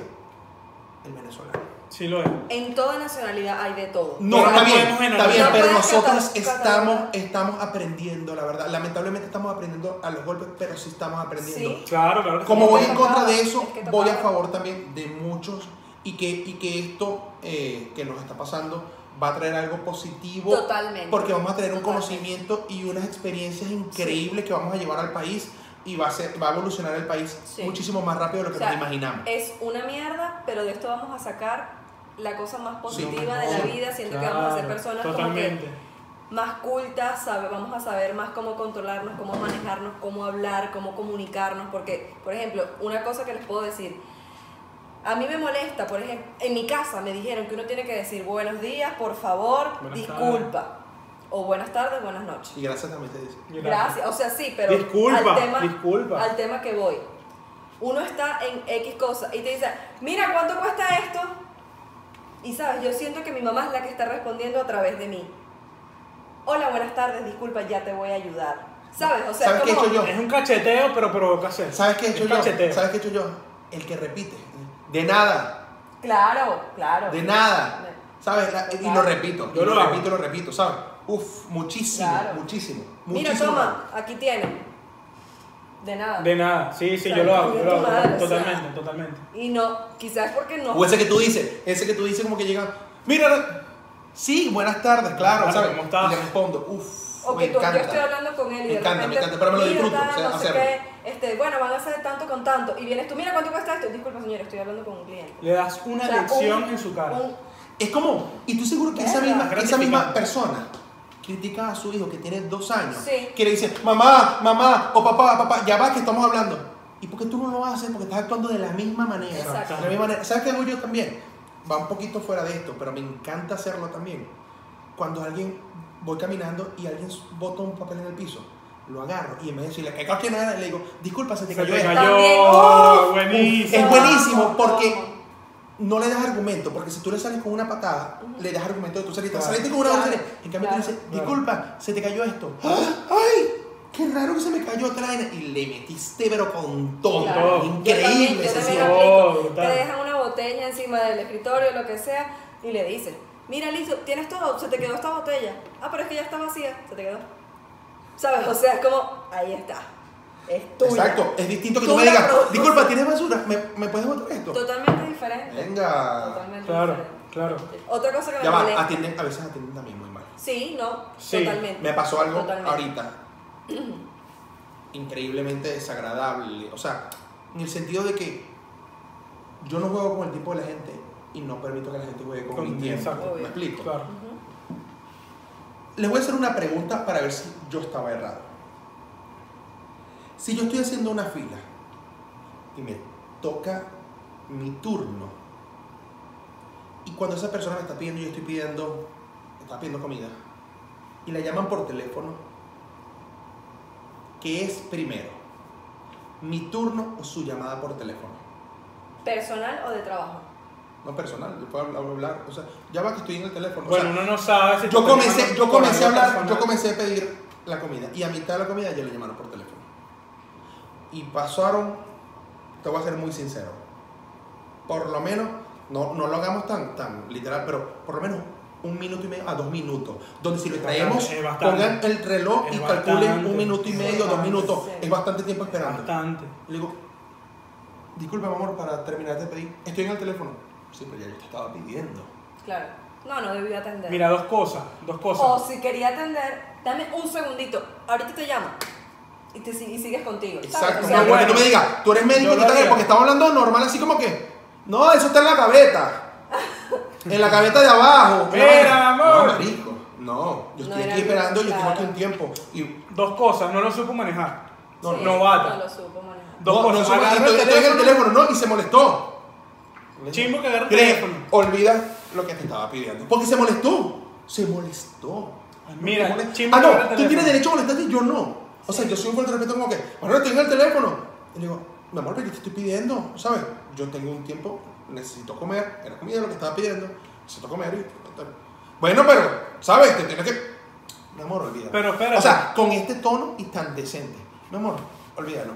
el venezolano.
Sí lo es.
En toda nacionalidad hay de todo.
No,
Pero
está
no
bien,
podemos
está bien,
generalizar.
pero
No podemos
nosotros
catar-
estamos,
catalogar.
estamos aprendiendo, la verdad. Lamentablemente estamos aprendiendo a los golpes, pero sí estamos aprendiendo.
Sí.
Claro, claro. que
Como
sí.
voy en contra de
Es
eso,
que tocaba.
voy a favor también de muchos y que, y que esto eh, que nos está pasando va a traer algo positivo.
Totalmente.
Porque vamos a tener un
Totalmente.
conocimiento y unas experiencias increíbles que vamos a llevar al país y va a, ser, va a evolucionar el país
Sí.
muchísimo más rápido de lo que
O sea,
nos imaginamos.
Es una mierda, pero de esto vamos a sacar la cosa más positiva de la
sí,
vida. Siento que
Claro,
vamos a ser personas como que
Totalmente.
más cultas, sabe- vamos a saber más cómo controlarnos, cómo manejarnos, cómo hablar, cómo comunicarnos. Porque, por ejemplo, una cosa que les puedo decir, a mí me molesta, por ejemplo, en mi casa me dijeron que uno tiene que decir buenos días, por favor,
Buenas
disculpa. O buenas tardes, buenas noches.
Y gracias también te dice.
Gracias, o sea, sí, pero
Disculpa,
al, tema,
disculpa.
al tema que voy. Uno está en X cosa y te dice, mira, ¿cuánto cuesta esto? Y sabes, yo siento que mi mamá es la que está respondiendo a través de mí. Hola, buenas tardes, disculpa, ya te voy a ayudar. ¿Sabes? O sea,
¿Sabes qué he
como-
hecho yo?
Es un cacheteo, pero provocación.
¿Sabes qué he hecho
Es
yo?
cacheteo.
¿Sabes qué he hecho yo? El que repite. De nada.
Claro, claro.
De nada. ¿Sabes? La- y lo
Claro.
repito,
Yo
yo lo
lo hago.
repito, lo repito, ¿sabes? Uf, muchísimo,
Claro.
muchísimo.
Mira,
muchísimo.
toma, aquí tiene. De nada.
De nada. Sí, sí,
O sea,
yo lo hago.
coño
Yo
tu
lo hago.
madre, o
Totalmente,
sea.
totalmente.
Y no, quizás porque no.
O ese que tú dices, ese que tú dices como que llega, mira, sí, buenas tardes, claro,
Buenas tardes,
¿sabes?
¿cómo estás?
Y le respondo, uf,
O
me
que tú- yo
encanta.
estoy hablando con él y
Me
de
encanta,
repente,
me encanta, pero me lo
"Mira,
disfruto,
tal,
o sea,
no sé
hacerlo".
qué, este, bueno, van a hacer tanto con tanto. Y vienes tú, mira cuánto cuesta esto. Disculpa, señor, estoy hablando con un cliente.
Le das una
O sea,
lección
un-
en su cara.
un-
Es como, y tú seguro que esa
Verga,
misma, esa
gratificante.
misma persona critica a su hijo que tiene dos años,
Sí.
que le dice, mamá, mamá, o papá, papá, ya va que estamos hablando. ¿Y por qué tú no lo haces? Porque estás actuando de la misma manera.
Exacto.
De la misma manera. ¿Sabes qué hago yo también? Va un poquito fuera de esto, pero me encanta hacerlo también. Cuando alguien, voy caminando y alguien bota un papel en el piso, lo agarro y en vez de decirle, ¿qué coño nada? Le digo, disculpa, se te
Se
cayó
te
esto".
cayó.
También, ¡oh!
Es
Buenísimo.
buenísimo
¿Cómo?
porque
¿Cómo?
no le das argumento, porque si tú le sales con una patada, le das argumento de tu salida.
Claro.
Saliste con una
Claro.
grosería. En cambio,
Claro.
tú dices,
Claro.
disculpa, se te cayó esto. ¡Ah! ¡Ay! ¡Qué raro que se me cayó esta vaina! Y le metiste, pero con todo.
Claro.
todo.
Yo también,
Increíble
yo
ese
también
señor.
Oh,
aplico. Te
brutal.
dejan una botella encima del escritorio, lo que sea, y le dicen, mira, listo, tienes todo, se te quedó esta botella. Ah, pero es que ya está vacía, se te quedó. ¿Sabes? O sea, es como, ahí está. Es tuya.
Exacto, es distinto que
Tú
tú me
la
digas,
produces.
disculpa, ¿tienes basura? ¿Me, me puedes botar esto?
Totalmente diferente.
Venga.
Totalmente
Claro,
diferente.
claro.
Otra cosa que me
Ya va,
molesta.
atienden, a veces atienden también muy mal.
Sí, no,
Sí,
totalmente.
Me pasó algo
Totalmente.
ahorita increíblemente desagradable. O sea, en el sentido de que yo no juego con el tiempo de la gente y no permito que la gente juegue con,
Con
mi
mi-
tiempo.
exacto.
¿Me
Obvio.
explico?
Claro.
Ujú.
Les voy a hacer una pregunta para ver si yo estaba errado. Si yo estoy haciendo una fila y me toca mi turno, y cuando esa persona me está pidiendo, yo estoy pidiendo, me está pidiendo comida, y la llaman por teléfono, ¿qué es primero? ¿Mi turno o su llamada por teléfono?
Personal o de trabajo.
No personal, yo puedo hablar, hablar, o sea, ya va que estoy en el teléfono. o
Bueno,
sea,
uno no sabe si te
yo
están
comencé,
llamando
yo
por
comencé a
algo
hablar,
personal.
yo comencé a pedir la comida y a mitad de la comida ya le llamaron por teléfono. Y pasaron, te voy a ser muy sincero, por lo menos, no, no lo hagamos tan, tan literal, pero por lo menos un minuto y medio a dos minutos, donde si lo
Es
traemos,
bastante, es bastante.
pongan el reloj y
Es
calculen
bastante,
un minuto y
es
medio, dos
bastante,
minutos,
sí.
es bastante tiempo esperando.
Bastante.
Le digo, disculpa, mi amor, para terminar de pedir, estoy en el teléfono. Sí, pero ya yo te estaba pidiendo.
Claro. No, no debí atender.
Mira, dos cosas, dos cosas.
o si quería atender, dame un segundito. Ahorita te llamo. Y, te, sig- y sigues contigo. ¿sabes?
Exacto,
O
no,
sea,
muy
porque
bueno.
tú me digas, tú eres
Yo
médico, tú
lo
estás
haría.
porque estamos hablando normal, así como que, no, eso está en la gaveta, en la gaveta de abajo.
Mira,
No,
amor.
marico, No, yo
No
estoy
era
aquí esperando, yo tengo
claro.
aquí un tiempo. Y
Dos cosas, no lo supo manejar.
No,
Sí,
novata.
No lo supo manejar.
Dos
no, no,
cosas.
se-
agarra
entonces
el
te deja el
teléfono.
teléfono, ¿no? Y se molestó.
Chimbo que agarra el
Tres,
teléfono.
olvida lo que te estaba pidiendo. Porque se molestó. Se molestó. Ah, no,
Mira,
te molest-
chimbo
Ah,
que agarra
no,
el
tú tienes
teléfono.
derecho a molestarte, yo no. O sea, yo soy un fuerte respeto como que, Manuel, tengo el teléfono. Y le digo, mi amor, pero yo te estoy pidiendo, ¿sabes? Yo tengo un tiempo, necesito comer, era comida lo que estaba pidiendo, necesito comer y... Bueno, pero, ¿sabes? Te tienes que... Mi amor, olvídalo.
Pero espérate.
O sea, con este tono y tan decente. Mi amor, olvídalo.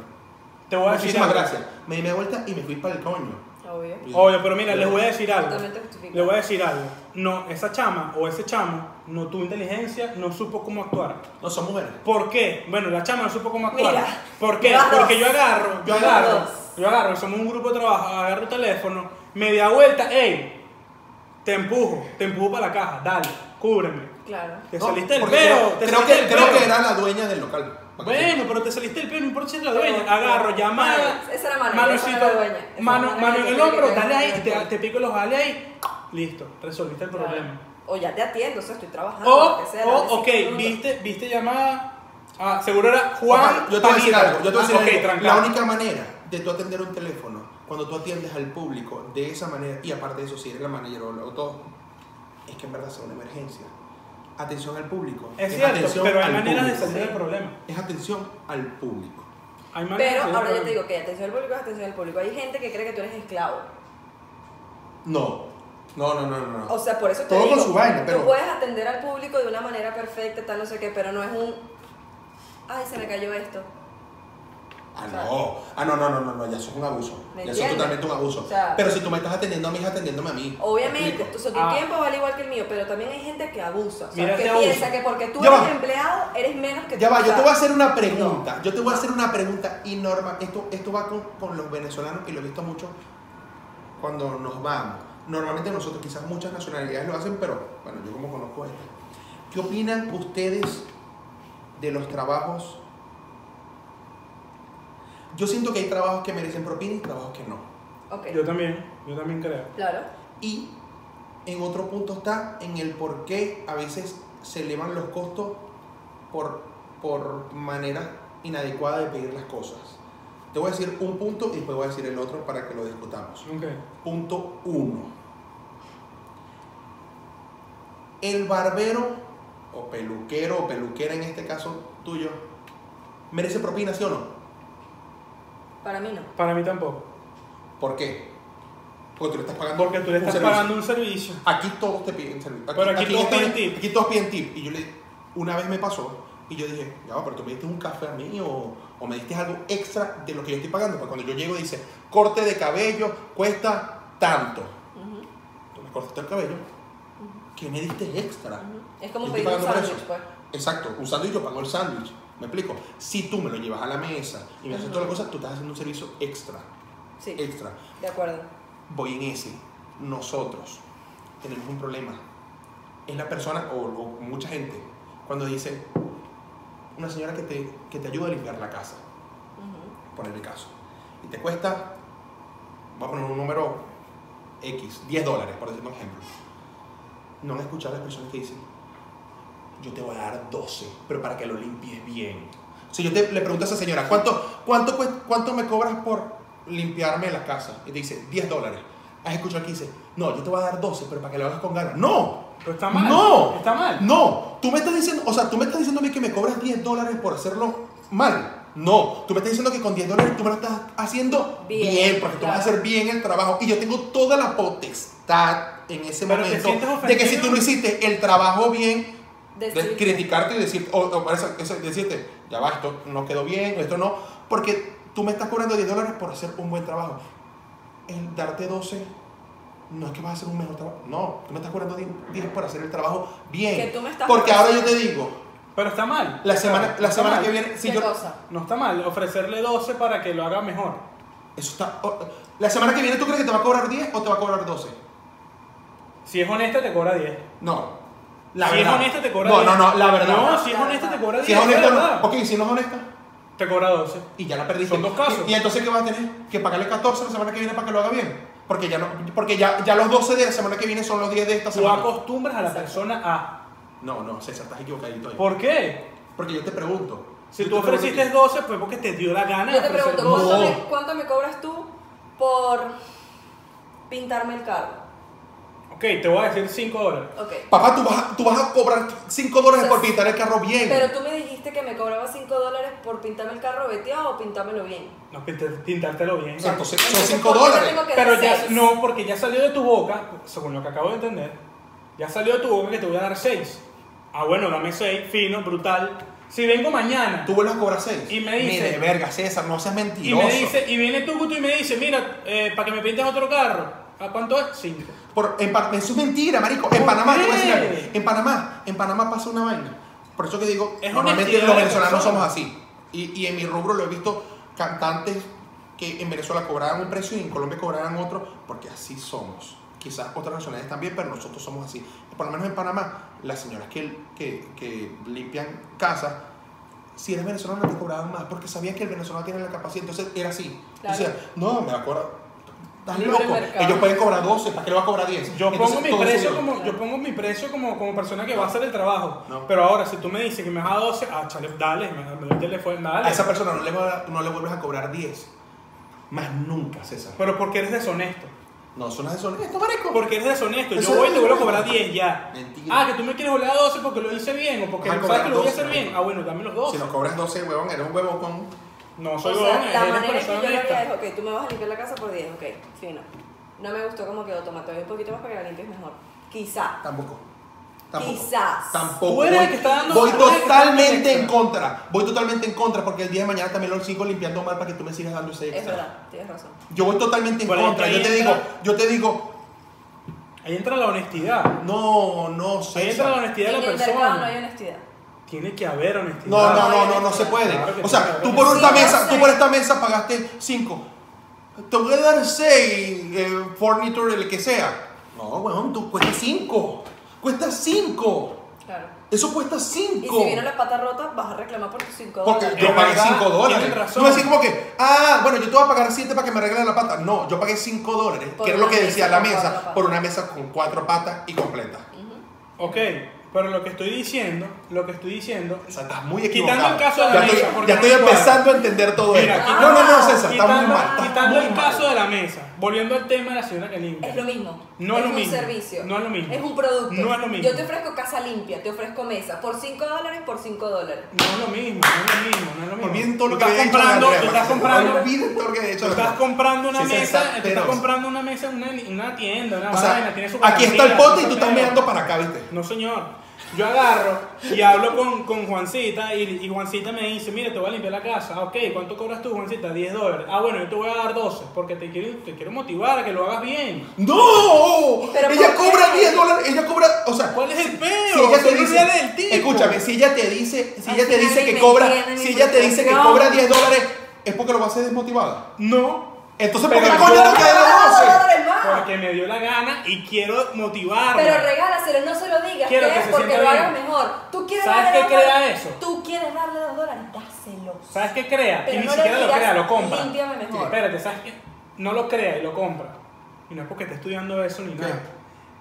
Te voy a decir
Muchísimas
algo.
gracias. Me di media vuelta y me fui para el coño.
Obvio.
Obvio, pero mira, les voy a decir algo.
Totalmente justificado.
Les voy a decir algo. No, esa chama o ese chamo no tuvo inteligencia, no supo cómo actuar.
No, son mujeres.
¿Por qué? Bueno, la chama no supo cómo actuar.
Mira,
¿Por qué?
llevas
Porque
dos.
yo agarro, yo
Llevas
agarro,
dos.
yo agarro, somos un grupo de trabajo, agarro el teléfono, media vuelta, ey, te empujo, te empujo para la caja, dale, cúbreme.
Claro.
Te
No,
saliste el
porque
pelo,
creo-
te
Creo,
saliste
que,
del
creo
pelo.
que era la dueña del local.
Bueno, pero te saliste el pelo, no importa si es la dueña. Agarro, llamada.
Esa era manager,
Manocito.
esa era la dueña. Esa
Mano,
era la
mano
manager
en el
que
hombro,
tenía
dale
que
ahí, te,
tener.
te pico los jale ahí. Listo, resolviste el problema.
O ya te atiendo, o sea, estoy trabajando.
O,
lo que sea,
o,
dale cinco
ok,
minutos.
viste, viste llamada. Ah, seguro era
Juan,
Juan.
yo te voy a decir
Panita.
algo. Yo te voy a decir
Ah, ok,
algo.
trancado.
La única manera de tú atender un teléfono, cuando tú atiendes al público de esa manera, y aparte de eso, si eres la manager o, o todo, es que en verdad sea una emergencia. Atención al público.
Es cierto,
atención
pero hay
al
maneras de
público.
salir del problema.
Es atención al público.
Hay maneras de
Pero
salir del
ahora yo te
problema.
digo que atención al público es atención al público. Hay gente que cree que tú eres esclavo.
No. No, no, no, no. no.
O sea, por eso te
Todo con
digo.
su vaina, pero-
Tú puedes atender al público de una manera perfecta, tal, no sé qué, pero no es un. Ay, se me cayó esto.
Ah,
O sea,
no. Ah, no, no, no, no, no, ya eso es un abuso.
¿Me
Ya eso es
entiendes?
totalmente un abuso.
O sea- pues
pero si tú me estás atendiendo a mí, es atendiéndome a mí. ¿Me
Obviamente,
explico?
tu, o sea, tu
Ah.
tiempo vale igual que el mío, pero también hay gente que abusa. O sea,
Mira
que
este abuso.
piensa que porque tú
Ya
eres
va.
empleado, eres menos que
Ya
tú.
va,
O
yo
sea,
te voy a hacer una pregunta. Yo te voy a hacer una pregunta y Norma, esto, esto va con, con los venezolanos y lo he visto mucho cuando nos vamos. Normalmente nosotros, quizás muchas nacionalidades lo hacen, pero bueno, yo como conozco esto. ¿Qué opinan ustedes de los trabajos? Yo siento que hay trabajos que merecen propina y trabajos que no.
Ok,
Yo también, yo también creo.
claro.
Y en otro punto está en el por qué a veces se elevan los costos por, por manera inadecuada de pedir las cosas. Te voy a decir un punto y después voy a decir el otro para que lo discutamos.
Ok.
Punto 1. El barbero o peluquero o peluquera en este caso tuyo merece propina, ¿sí o no?
Para mí no.
Para mí tampoco.
¿Por qué? Porque tú le estás pagando
Porque tú le
un
estás
servicio.
pagando un servicio.
Aquí todos te piden este servicio.
Pero aquí todos piden tip.
Aquí todos piden tip. Y yo le, una vez me pasó y yo dije, ya, va, pero tú me diste un café a mí o, o me diste algo extra de lo que yo estoy pagando. Porque cuando yo llego dice, corte de cabello cuesta tanto.
Ujú,
Tú me cortaste el cabello. ¿Qué me diste extra?
ujú. Es como
Yo
pedir
estoy
un
pagando por
sándwich,
eso.
pues.
Exacto, un sándwich yo pago el sándwich. ¿Me explico? Si tú me lo llevas a la mesa y me haces
Ajá.
todas las cosas, tú estás haciendo un servicio extra.
Sí,
Extra.
de acuerdo.
voy en ese. Nosotros tenemos un problema. Es la persona, o, o mucha gente, cuando dice, una señora que te, que te ayuda a limpiar la casa,
Ujú,
por el caso, y te cuesta, voy a poner un número X, 10 dólares, por decirte un ejemplo. No van a escuchar a las personas que dicen, yo te voy a dar 12, pero para que lo limpies bien. Si yo te, le pregunto a esa señora, ¿cuánto, cuánto, cuest- ¿cuánto me cobras por limpiarme la casa? Y te dice, 10 dólares. Has escuchado que dice, no, yo te voy a dar 12, pero para que lo hagas con ganas. ¡No!
Pero está mal.
¡No!
Está mal.
No, tú me estás diciendo, o sea, tú me estás diciendo a mí que me cobras 10 dólares por hacerlo mal. No, tú me estás diciendo que con 10 dólares tú me lo estás haciendo bien,
Bien,
porque tú
claro.
vas a hacer bien el trabajo. Y yo tengo toda la potestad en ese
Pero te
momento
sientes
de que si
ofendido.
tú no hiciste el trabajo bien, de
Decir-
criticarte y decir, o, o para eso- eso- decirte, ya va, esto no quedó bien, o esto no, porque tú me estás cobrando 10 dólares por hacer un buen trabajo. El darte 12 no es que vas a hacer un mejor trabajo, no, tú me estás cobrando 10, 10 por hacer el trabajo bien.
Que tú me estás
porque ahora yo te digo,
Pero está mal.
la semana, la
Está
semana
mal.
que viene, si
¿Qué
yo,
cosa?
No está mal. Ofrecerle 12 para que lo haga mejor.
eso está, oh, la semana que viene tú crees que te va a cobrar 10 o te va a cobrar 12.
Si es honesta, te cobra 10.
No, la
si
verdad.
es honesta, te cobra
No,
10.
no, no, la verdad.
No, si es honesta, te cobra 10.
si es honesta,
la verdad.
no. Ok, si no es honesta.
Te cobra 12.
y ya la perdiste.
Son dos casos.
Y, y entonces qué vas a tener que pagarle 14 la semana que viene para que lo haga bien, porque ya no porque ya, ya los 12 de la semana que viene son los 10 de esta
Tú
semana.
acostumbras a la persona a.
No, no, César, estás equivocadito ahí.
¿Por qué?
Porque yo te pregunto.
Si
yo
tú
te pregunto
ofreciste
que-
12, pues porque te dio la gana.
Yo te
de ofrecer
pregunto,
12.
¿cuánto,
Ah, pues, No.
me, cuánto me cobras tú por pintarme el carro?
Ok, te voy a decir 5 dólares.
Ok.
Papá, tú vas, a- tú vas a cobrar 5 dólares por pintar el carro bien.
Pero tú me dijiste que me cobraba 5 dólares por pintarme el carro veteado o pintármelo bien.
No, pinte- pintártelo bien.
O sea, entonces son
Entonces,
5
¿por qué
dólares.
tengo que
Pero
dar
ya,
seis?
no, porque ya salió de tu boca, según lo que acabo de entender, ya salió de tu boca que te voy a dar 6. Ah, bueno, dame 6, fino, brutal. Si vengo mañana
Tú vuelves a cobrar 6.
Y me dice-
de verga, César, no seas
y
mentiroso.
me dice, y viene tu gusto y me dice, mira, eh, para que me pintes otro carro, ¿a cuánto es? 5.
Por- en Pan- eso es mentira, marico. En
¿Por
Panamá,
qué?
te voy a decir algo. En Panamá, en Panamá pasa una vaina. Por eso que digo,
Es
normalmente
honestidad
los
de
venezolanos
persona.
somos así. Y, y en mi rubro lo he visto cantantes que en Venezuela cobraban un precio y en Colombia cobraban otro, porque así somos. Quizás otras nacionalidades también, pero nosotros somos así. Por lo menos en Panamá, las señoras que, que, que limpian casas, si eres venezolano te cobraban más, porque sabían que el venezolano tiene la capacidad, entonces era así.
Claro.
O sea, no, me acuerdo. Estás
Libre
loco.
mercado.
Ellos pueden cobrar 12, ¿para qué le va a cobrar 10?
Yo
Entonces,
pongo mi
todo
precio
subió.
como yo pongo mi precio como, como persona que va a hacer el trabajo.
No.
Pero ahora si tú me dices que me vas a 12, ah, chale, dale, me, me doy el teléfono, dale.
A esa persona no le, va- no le vuelves a cobrar 10. Más nunca, César.
Pero porque eres deshonesto.
No, suena deshonesto, marico.
Porque eres deshonesto.
Eso
Yo voy y te vuelvo a
es-
cobrar 10 ya.
Mentira.
Ah, que tú me quieres volver a 12 porque lo hice bien o porque
Vas a
sabes que lo voy a
cobrar 12,
hacer bien.
marico.
Ah, bueno, dame los
Si
12.
nos cobras 12, huevón, eres un huevón con...
No
O
soy
sea,
huevón,
la
eres
manera en que
persona
yo lo
honesta.
haría es, ok, tú me vas a limpiar la casa por 10, ok, fino. No me gustó como quedó, toma todavía un poquito más para que la limpies mejor. Quizá.
Tampoco. Tampoco.
Quizás.
Tampoco.
Tú eres
Voy-
el que está dando-
voy
tú eres el que está dando
totalmente
extra.
en contra. Voy totalmente en contra porque el día de mañana también lo sigo limpiando mal para que tú me sigas dando ese
Es
extra.
verdad, tienes razón.
Yo voy totalmente en
Por ahí
contra. Yo
entra-
te digo, yo te digo,
Ahí entra la honestidad.
no, no,
Ahí entra la
César.
honestidad de
en
la
el mercado no
persona.
hay honestidad.
Tiene que haber honestidad.
No, no, no, no, no se puede.
Claro que
O
sí,
sea,
claro
tú
que
por
sí.
esta
Sí, ya
mesa, tú
sé.
por esta mesa pagaste 5. Te voy a dar 6 furniture, el que sea. No, weón, tú cuesta 5. Cuesta 5.
Claro.
Eso cuesta
Y
5.
si viene la pata rota, vas a reclamar por tus 5
Porque
dólares.
yo
Es
pagué
verdad,
5 dólares.
tienes razón.
No es así como que, ah, bueno, yo te voy a pagar 7 para que me arregle la pata. No, yo pagué 5 dólares,
Por
que era lo
una
que decía la
mesa con cuatro
mesa,
patas. Mm.
por una mesa con 4 patas y completa.
Ok, pero lo que estoy diciendo, lo que estoy diciendo
O sea, estás muy
Quitando
equivocado.
el caso de la
ya
mesa,
estoy,
porque
ya
no
estoy
me cuadra.
empezando a entender todo
Mira,
esto.
quitando-
Ah, No, no, no, César, está muy
Quitando-
mal. estás
Quitando
muy
el
mal.
caso de la mesa, volviendo al tema de la señora que limpia.
Es lo mismo.
No es
es
lo
un
mismo.
servicio.
No es lo mismo.
Es un producto.
No es lo mismo.
Yo te ofrezco casa limpia, te ofrezco mesa. Por 5 dólares, por 5 dólares.
No es lo mismo, no es lo mismo, no es lo mismo.
Olviden todo lo
Tú
que
estás
he hecho en
comprando,
Andrea,
tú estás
Marcelo.
comprando,
Olviden todo lo que he hecho
tú
en
estás
Andrea.
comprando una
Sí, se está
mesa, tú estás
pero-
comprando una mesa en una, en una tienda, una
O
vaina, tiene su
sea, aquí está el
garantía,
pote y
su
tú estás
papel.
mirando para acá, ¿viste?
No, señor. Yo agarro y hablo con, con Juancita y, y Juancita me dice, mira, te voy a limpiar la casa. Ah, Ok, ¿cuánto cobras tú, Juancita? 10 dólares. Ah, bueno, yo te voy a dar 12 porque te quiero, te quiero motivar a que lo hagas bien.
¡No!
Pero
ella
¿por qué?
cobra 10 dólares, ella cobra, o sea,
¿Cuál es el peo?
si ella te
Son los
dice,
reales del tipo.
escúchame, si ella te dice, si
Al
ella te
final
dice
ni
que
me
cobra,
entienden,
si
ni
ella te dice que
frustración.
cobra 10 dólares, es porque lo va a hacer desmotivada.
No,
Entonces, ¿por qué
Pero
coño
yo-
no te da
¡Ah,
12?
dólares más!
porque me dio la gana y quiero motivarla.
Pero regálaselo, no se lo digas,
Quiero
que
que
es
se
porque
sienta
lo
bien.
hagas mejor. Tú quieres
¿Sabes
darle
qué
dos
crea
dólares?
eso?
Tú quieres darle dos dólares, dáselos.
¿Sabes qué crea?
Pero
y ni
no le
siquiera lo
digas,
crea, lo compra.
"Límpiame mejor".
Espérate, ¿sabes qué? No lo crea y lo compra. Y no es porque esté estudiando eso ni
¿Qué?
nada.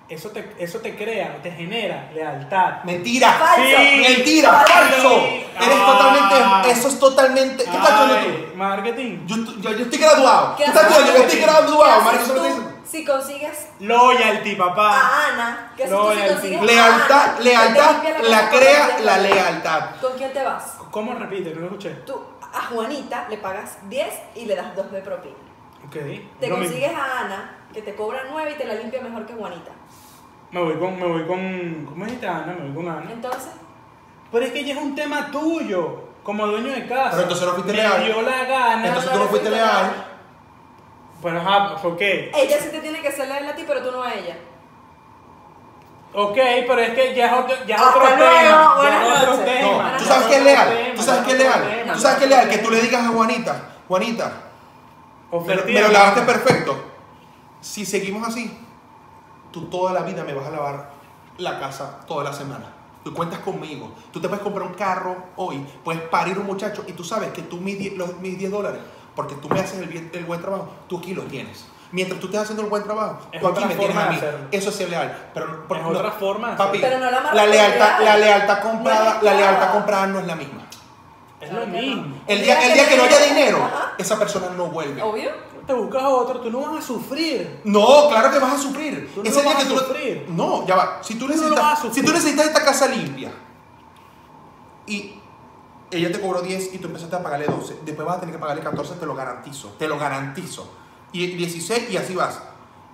Eso te, eso te crea, te genera lealtad.
Mentira.
Falso.
Sí.
Mentira, falso.
Sí.
Eres
Ah.
totalmente, eso es totalmente. ¿Qué estás haciendo tú?
Ay, Marketing.
Yo, estoy- yo, yo estoy graduado.
¿Qué
¿Tú estás
haces
estudiando?
tú?
Yo estoy graduado,
¿Qué
Mario.
haces
Eso no te
tú
dice-
Si consigues
Loyalty, papá.
a Ana, ¿qué haces
Ah. No,
tú si
lealtad.
consigues a Ana?
Lealtad,
Que te
lealtad
limpia
la
casa
crea
con
la
10 dólares.
lealtad.
¿Con quién te vas?
¿Cómo repite? No lo escuché.
Tú a Juanita le pagas 10 y le das 2 de propina.
Ok.
Te
lo mismo.
consigues a Ana, que te cobra 9 y te la limpia mejor que Juanita.
Me voy con, me voy con, ¿cómo es esta Ana? Me voy con Ana.
Entonces,
Pero es que ya es un tema tuyo, como dueño de casa.
Pero entonces no fuiste
Me
leal.
dio la gana.
Entonces tú no fuiste leal.
Bueno, ajá, ¿por qué?
ella sí te tiene que ser leal a ti, pero tú no a ella.
Ok, pero es que ya es otro, ya es
Ah,
Hasta
otro
luego,
tema. ya
buenas
es otro
noches.
tema,
No, tú
ya
sabes que
es
es
otro
leal.
tema,
Tú sabes
ya
que es
es otro
leal.
tema,
Tú
ya
sabes que es
otro
leal. Que tú
tema.
le digas a Juanita, Juanita, me lo-
Ofertía.
me lo lavaste perfecto. Si seguimos así, tú toda la vida me vas a lavar la casa toda la semana. Tú cuentas conmigo. Tú te puedes comprar un carro hoy, puedes parir un muchacho y tú sabes que tú mis 10, los- mis 10 dólares, porque tú me haces el, bien- el buen trabajo, tú aquí los tienes. Mientras tú estés haciendo el buen trabajo,
Es
tú aquí
otra
me tienes
forma
a
de
mí.
hacerlo.
Eso sí es leal. Pero por
Es
ejemplo,
otra forma de
Papi,
hacerlo. Pero no la
la,
marca
lealtad,
leal.
la lealtad comprada,
No es
la
leal.
lealtad comprada no es la misma.
Es
Claro
lo
que no.
mismo.
El día,
Mira
el
que
día que no haya
leal.
dinero,
Ajá.
esa persona no vuelve.
Obvio.
Te buscas otro, tú no vas a sufrir.
No, claro que vas a sufrir.
Tú no
Ese
lo
día
vas
que
a
tú no-
sufrir.
No, ya va. Si tú
no lo vas
necesitas,
a
si
sufrir.
tú necesitas esta casa limpia y ella te cobró 10 y tú empezaste a pagarle 12, después vas a tener que pagarle 14, te lo garantizo, te lo garantizo. Y 16 y así vas.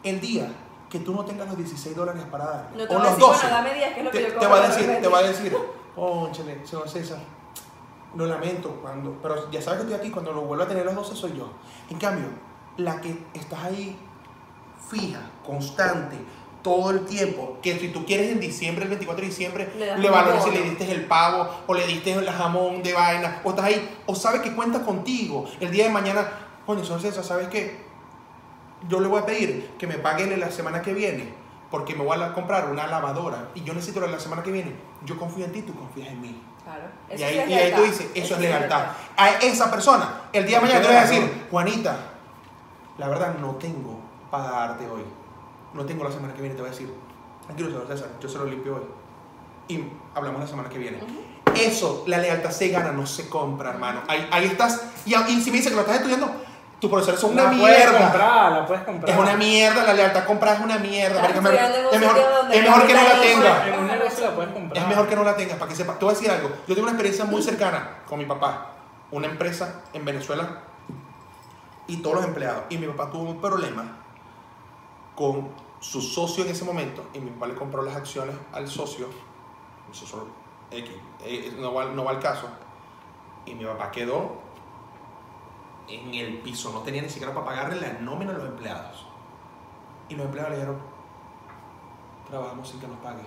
El día que tú no tengas los 16 dólares para darle,
No te
o
va a
los
decir,
12,
bueno, dame 10, que es lo que
te,
yo
te
cobro,
va a
dame
decir,
20.
te va a decir, oh, chale, señor César, lo lamento, cuando, pero ya sabes que estoy aquí, cuando lo vuelva a tener los 12 soy yo. En cambio, la que estás ahí fija, constante, todo el tiempo, que si tú quieres en diciembre, el 24 de diciembre,
Le das
le
un
valoras si
bono.
le diste el pavo, o le diste el jamón de vaina, o estás ahí, o sabes que cuenta contigo. El día de mañana, coño, son César, ¿sabes qué? Yo le voy a pedir que me paguen la semana que viene, porque me voy a la- comprar una lavadora, y yo necesito la la semana que viene. Yo confío en ti, tú confías en mí.
Claro.
Y
Eso
ahí,
sí es
y ahí
lealtad.
tú dices, eso es
sí
lealtad. A esa persona, el día de mañana te voy a decir, Juanita, la verdad no tengo para darte hoy. No tengo la semana que viene, te voy a decir, tranquilo, señor César, yo se lo limpio hoy. Y hablamos la semana que viene. Eso, la lealtad se gana, no se compra, hermano. Ahí, ahí estás. Y, a- y si me dice que lo estás estudiando, tu profesor es una
la puedes
mierda.
comprar, la puedes comprar.
Es una mierda, la lealtad comprada es una mierda. marica,
Estás
me-
estudiando en un
es mejor,
sitio donde
es mejor que no la
necesitas
tenga.
dinero.
En un negocio la puedes comprar.
Es mejor que no la tengas, para que sepas. Te voy a decir algo. Yo tengo una experiencia muy cercana con mi papá. Una empresa en Venezuela y todos los empleados. Y mi papá tuvo un problema con su socio en ese momento. Y mi papá le compró las acciones al socio. Un socio X. eh, no, va, no va al caso. Y mi papá quedó en el piso. No tenía ni siquiera para pagarle la nómina a los empleados. Y los empleados le dijeron, trabajamos sin que nos paguen.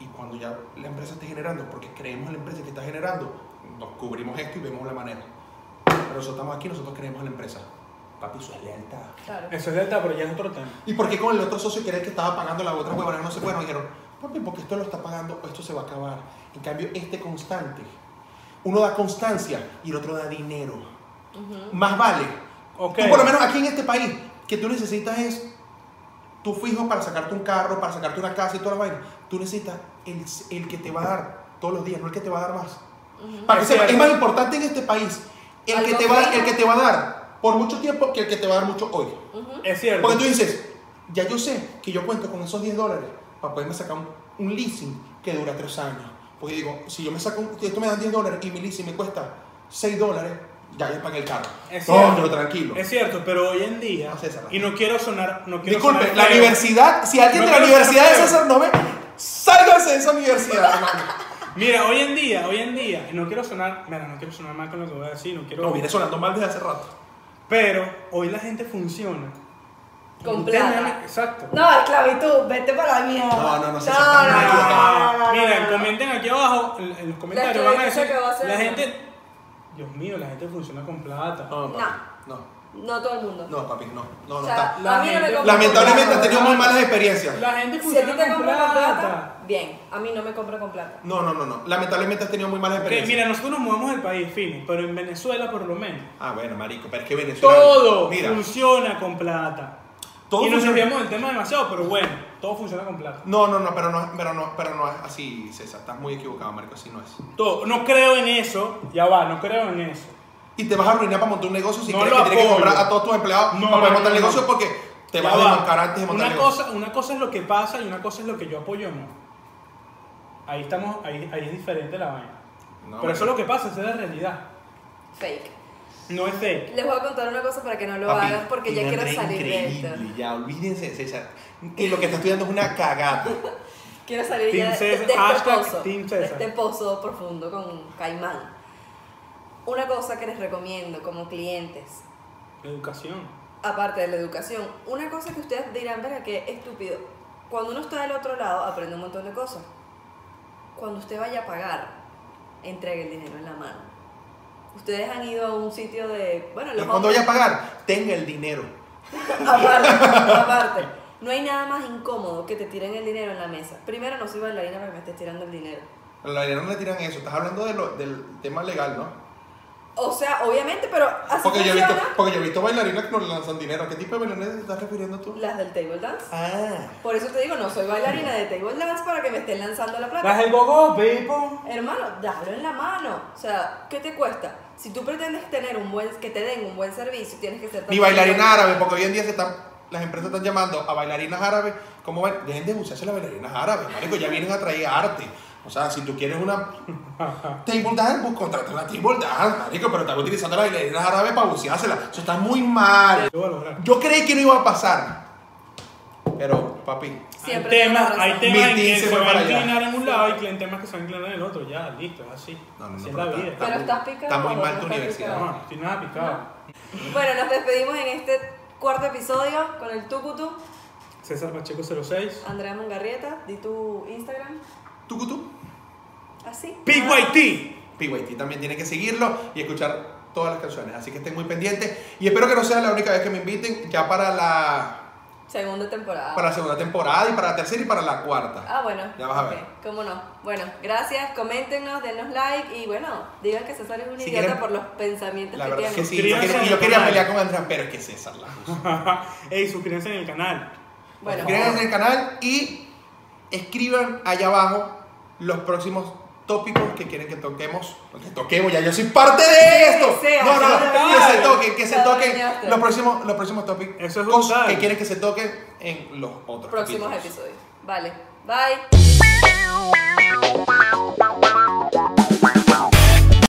Y cuando ya la empresa esté generando, porque creemos en la empresa que está generando, nos cubrimos esto y vemos la manera. Pero nosotros estamos aquí, nosotros creemos en la empresa. Papi, eso es lealtad.
Claro.
Eso es lealtad, pero ya es otro tema.
¿Y por qué con el otro socio que era el que estaba pagando la otra huevona no se fueron? Dijeron, papi, porque esto lo está pagando, esto se va a acabar. En cambio, este constante. Uno da constancia y el otro da dinero.
Ujú.
Más vale.
Ok.
Tú, por lo menos aquí en este país, que tú necesitas es tu fijo para sacarte un carro, para sacarte una casa y toda la vaina. Tú necesitas el, el que te va a dar todos los días, no el que te va a dar más.
Ujú.
Para que
Es
sepas, es
cierto.
más importante en este país el que,
Algo
te va,
fijo.
el que te va a dar por mucho tiempo que el que te va a dar mucho hoy.
Ujú.
Es cierto.
Porque tú dices, ya yo sé que yo cuento con esos 10 dólares para poderme sacar un, un leasing que dura 3 años. Porque digo, si yo me saco, un- si esto me dan 10 dólares y mi leasing me cuesta 6 dólares, ya yo pagué el carro.
Es
No,
cierto.
pero tranquilo.
Es cierto, pero hoy en día,
No, César, no.
y no quiero sonar, no quiero
Disculpe,
sonar
la
feo.
universidad, si alguien
No
de la
quiero ser
universidad de
feo.
César no ve, sálgase de esa universidad, hermano.
Mira, hoy en día, hoy en día, y no quiero sonar, mira, no quiero sonar mal con lo que voy a decir, no quiero.
No, viene sonando mal desde hace rato.
Pero hoy la gente funciona.
Con
Ustedes me
plata.
dan- Exacto.
No, esclavitud, vete para la mierda.
No, no, no,
no,
se está
no,
mal.
no, no, no, no,
Mira,
no.
comenten aquí abajo, en, en los comentarios van a
estudiante
decir,
que va a ser-
la gente, Dios mío, la gente funciona con plata.
No, papi, no,
No todo el mundo.
no, papi, no, no,
O
no
sea,
está.
La
a mí no me
gente-
compran
Lamentablemente
con
has
plata.
tenido muy malas experiencias.
La gente
Si a ti
funciona
te
con
compran
plata.
con plata, bien. A mí no me compran con plata.
No, no, no, no. Lamentablemente has tenido muy malas
Ok,
experiencias.
mira, nosotros nos mudamos del país, fino, pero en Venezuela por lo menos.
Ah, bueno, marico, pero es que Venezuela.
Todo
Mira,
funciona con plata.
todo
y nos
funciona-
desviamos del tema demasiado, pero bueno, todo funciona con plata.
No, no, no, pero no, pero no, pero no es así, César. Estás muy equivocado, marico, así no es.
Todo. No creo en eso, ya va, no creo en eso.
Y te vas a arruinar para montar un negocio si
No
crees
lo
que tienes que
apoyo.
comprar a todos tus empleados
No,
para poder
no,
montar el
no,
negocio
no.
porque te
Ya
vas a
va.
desbancar antes de montar
una
el negocio.
cosa, una cosa es lo que pasa y una cosa es lo que yo apoyo o no. Ahí estamos, ahí, ahí es diferente la vaina.
No,
pero
marico.
eso es lo que pasa, esa es la realidad.
Fake.
No es fake.
Les voy a contar una cosa para que no lo
Papi,
hagan porque ya
tiene
quiero
re
salir de esto.
increíble, ya, olvídense de César. Que lo que está estudiando es una cagada.
Quiero salir
Team
ya de,
César,
de este
hashtag
pozo,
Team
de
César.
este pozo profundo con Caimán. Una cosa que les recomiendo como clientes,
Educación.
aparte de la educación, una cosa que ustedes dirán, verga, qué estúpido. Cuando uno está del otro lado, aprende un montón de cosas. Cuando usted vaya a pagar, entregue el dinero en la mano. Ustedes han ido a un sitio de... Bueno,
Y
los
cuando
hombres-
vaya a pagar, tenga el dinero.
Aparte, aparte. No hay nada más incómodo que te tiren el dinero en la mesa. Primero, no soy bailarina para que me estés tirando el dinero.
A la arena no le tiran eso. Estás hablando de lo- del tema legal, ¿no?
O sea, obviamente, pero así
Porque yo, he visto,
funciona.
porque yo he visto bailarinas que no lanzan dinero. ¿Qué tipo de bailarinas te estás refiriendo tú?
Las del table dance.
Ah.
Por eso te digo, no soy bailarina de table dance para que me estén lanzando la plata.
Las del gogo, people.
Hermano, dalo en la mano. O sea, ¿qué te cuesta? Si tú pretendes tener un buen, que te den un buen servicio, tienes que ser
Ni bailarina árabe, porque hoy en día se están, las empresas están llamando a bailarinas árabes. ¿Cómo van? Dejen de usarse las bailarinas árabes, marico. Ya vienen a traer arte. O sea, si tú quieres una table dance, pues contrata una table dance, marico. Pero están utilizando las bailarinas árabes para buceárselas. Eso está muy mal.
Lo voy a lograr.
Yo creí que no iba a pasar. Pero, papi,
Siempre
hay
tienes
temas,
razón.
hay temas
Mi
en
team
que
se
se,
fue
va
para
a
allá.
inclinar en un lado y hay temas que se van a inclinar en el otro. Ya, listo, es así.
No, no, no,
así es
pero
la
está-
vida.
está-
Pero
muy-
estás picado.
está muy mal tu
estás
universidad.
picado.
No, estoy nada picado.
Bueno, nos despedimos en este cuarto episodio con el Tucutu.
César Pacheco 06.
Andrea Mongarrieta, di tu Instagram.
tucutú.
Así.
PYT.
PYT también tiene que seguirlo y escuchar todas las canciones. Así que estén muy pendientes. Y espero que no sea la única vez que me inviten ya para la,
Segunda temporada.
para la segunda temporada y para la tercera y para la cuarta.
Ah, bueno.
Ya vas a
ok,
ver.
Cómo no. Bueno, gracias, coméntenos, denos like y bueno, digan que César es un
Si
idiota
quieren-
por los pensamientos
La
que
verdad es
tiene.
que sí. Yo quería, y yo quería pelear con Andrea, pero es que César la puso.
Ey, suscríbanse en el canal.
Bueno,
Suscríbanse al canal y escriban allá abajo los próximos tópicos que quieren que toquemos. Que toquemos, ya yo soy parte de esto.
Sí, sí,
no, no, no,
sí,
que
sí.
se toquen, que se
Lo
toquen
dañaste.
los próximos, los próximos tópicos
Eso es
cosas que
brutal.
quieren que se toquen en los otros
próximos
capítulos.
episodios. Vale. Bye.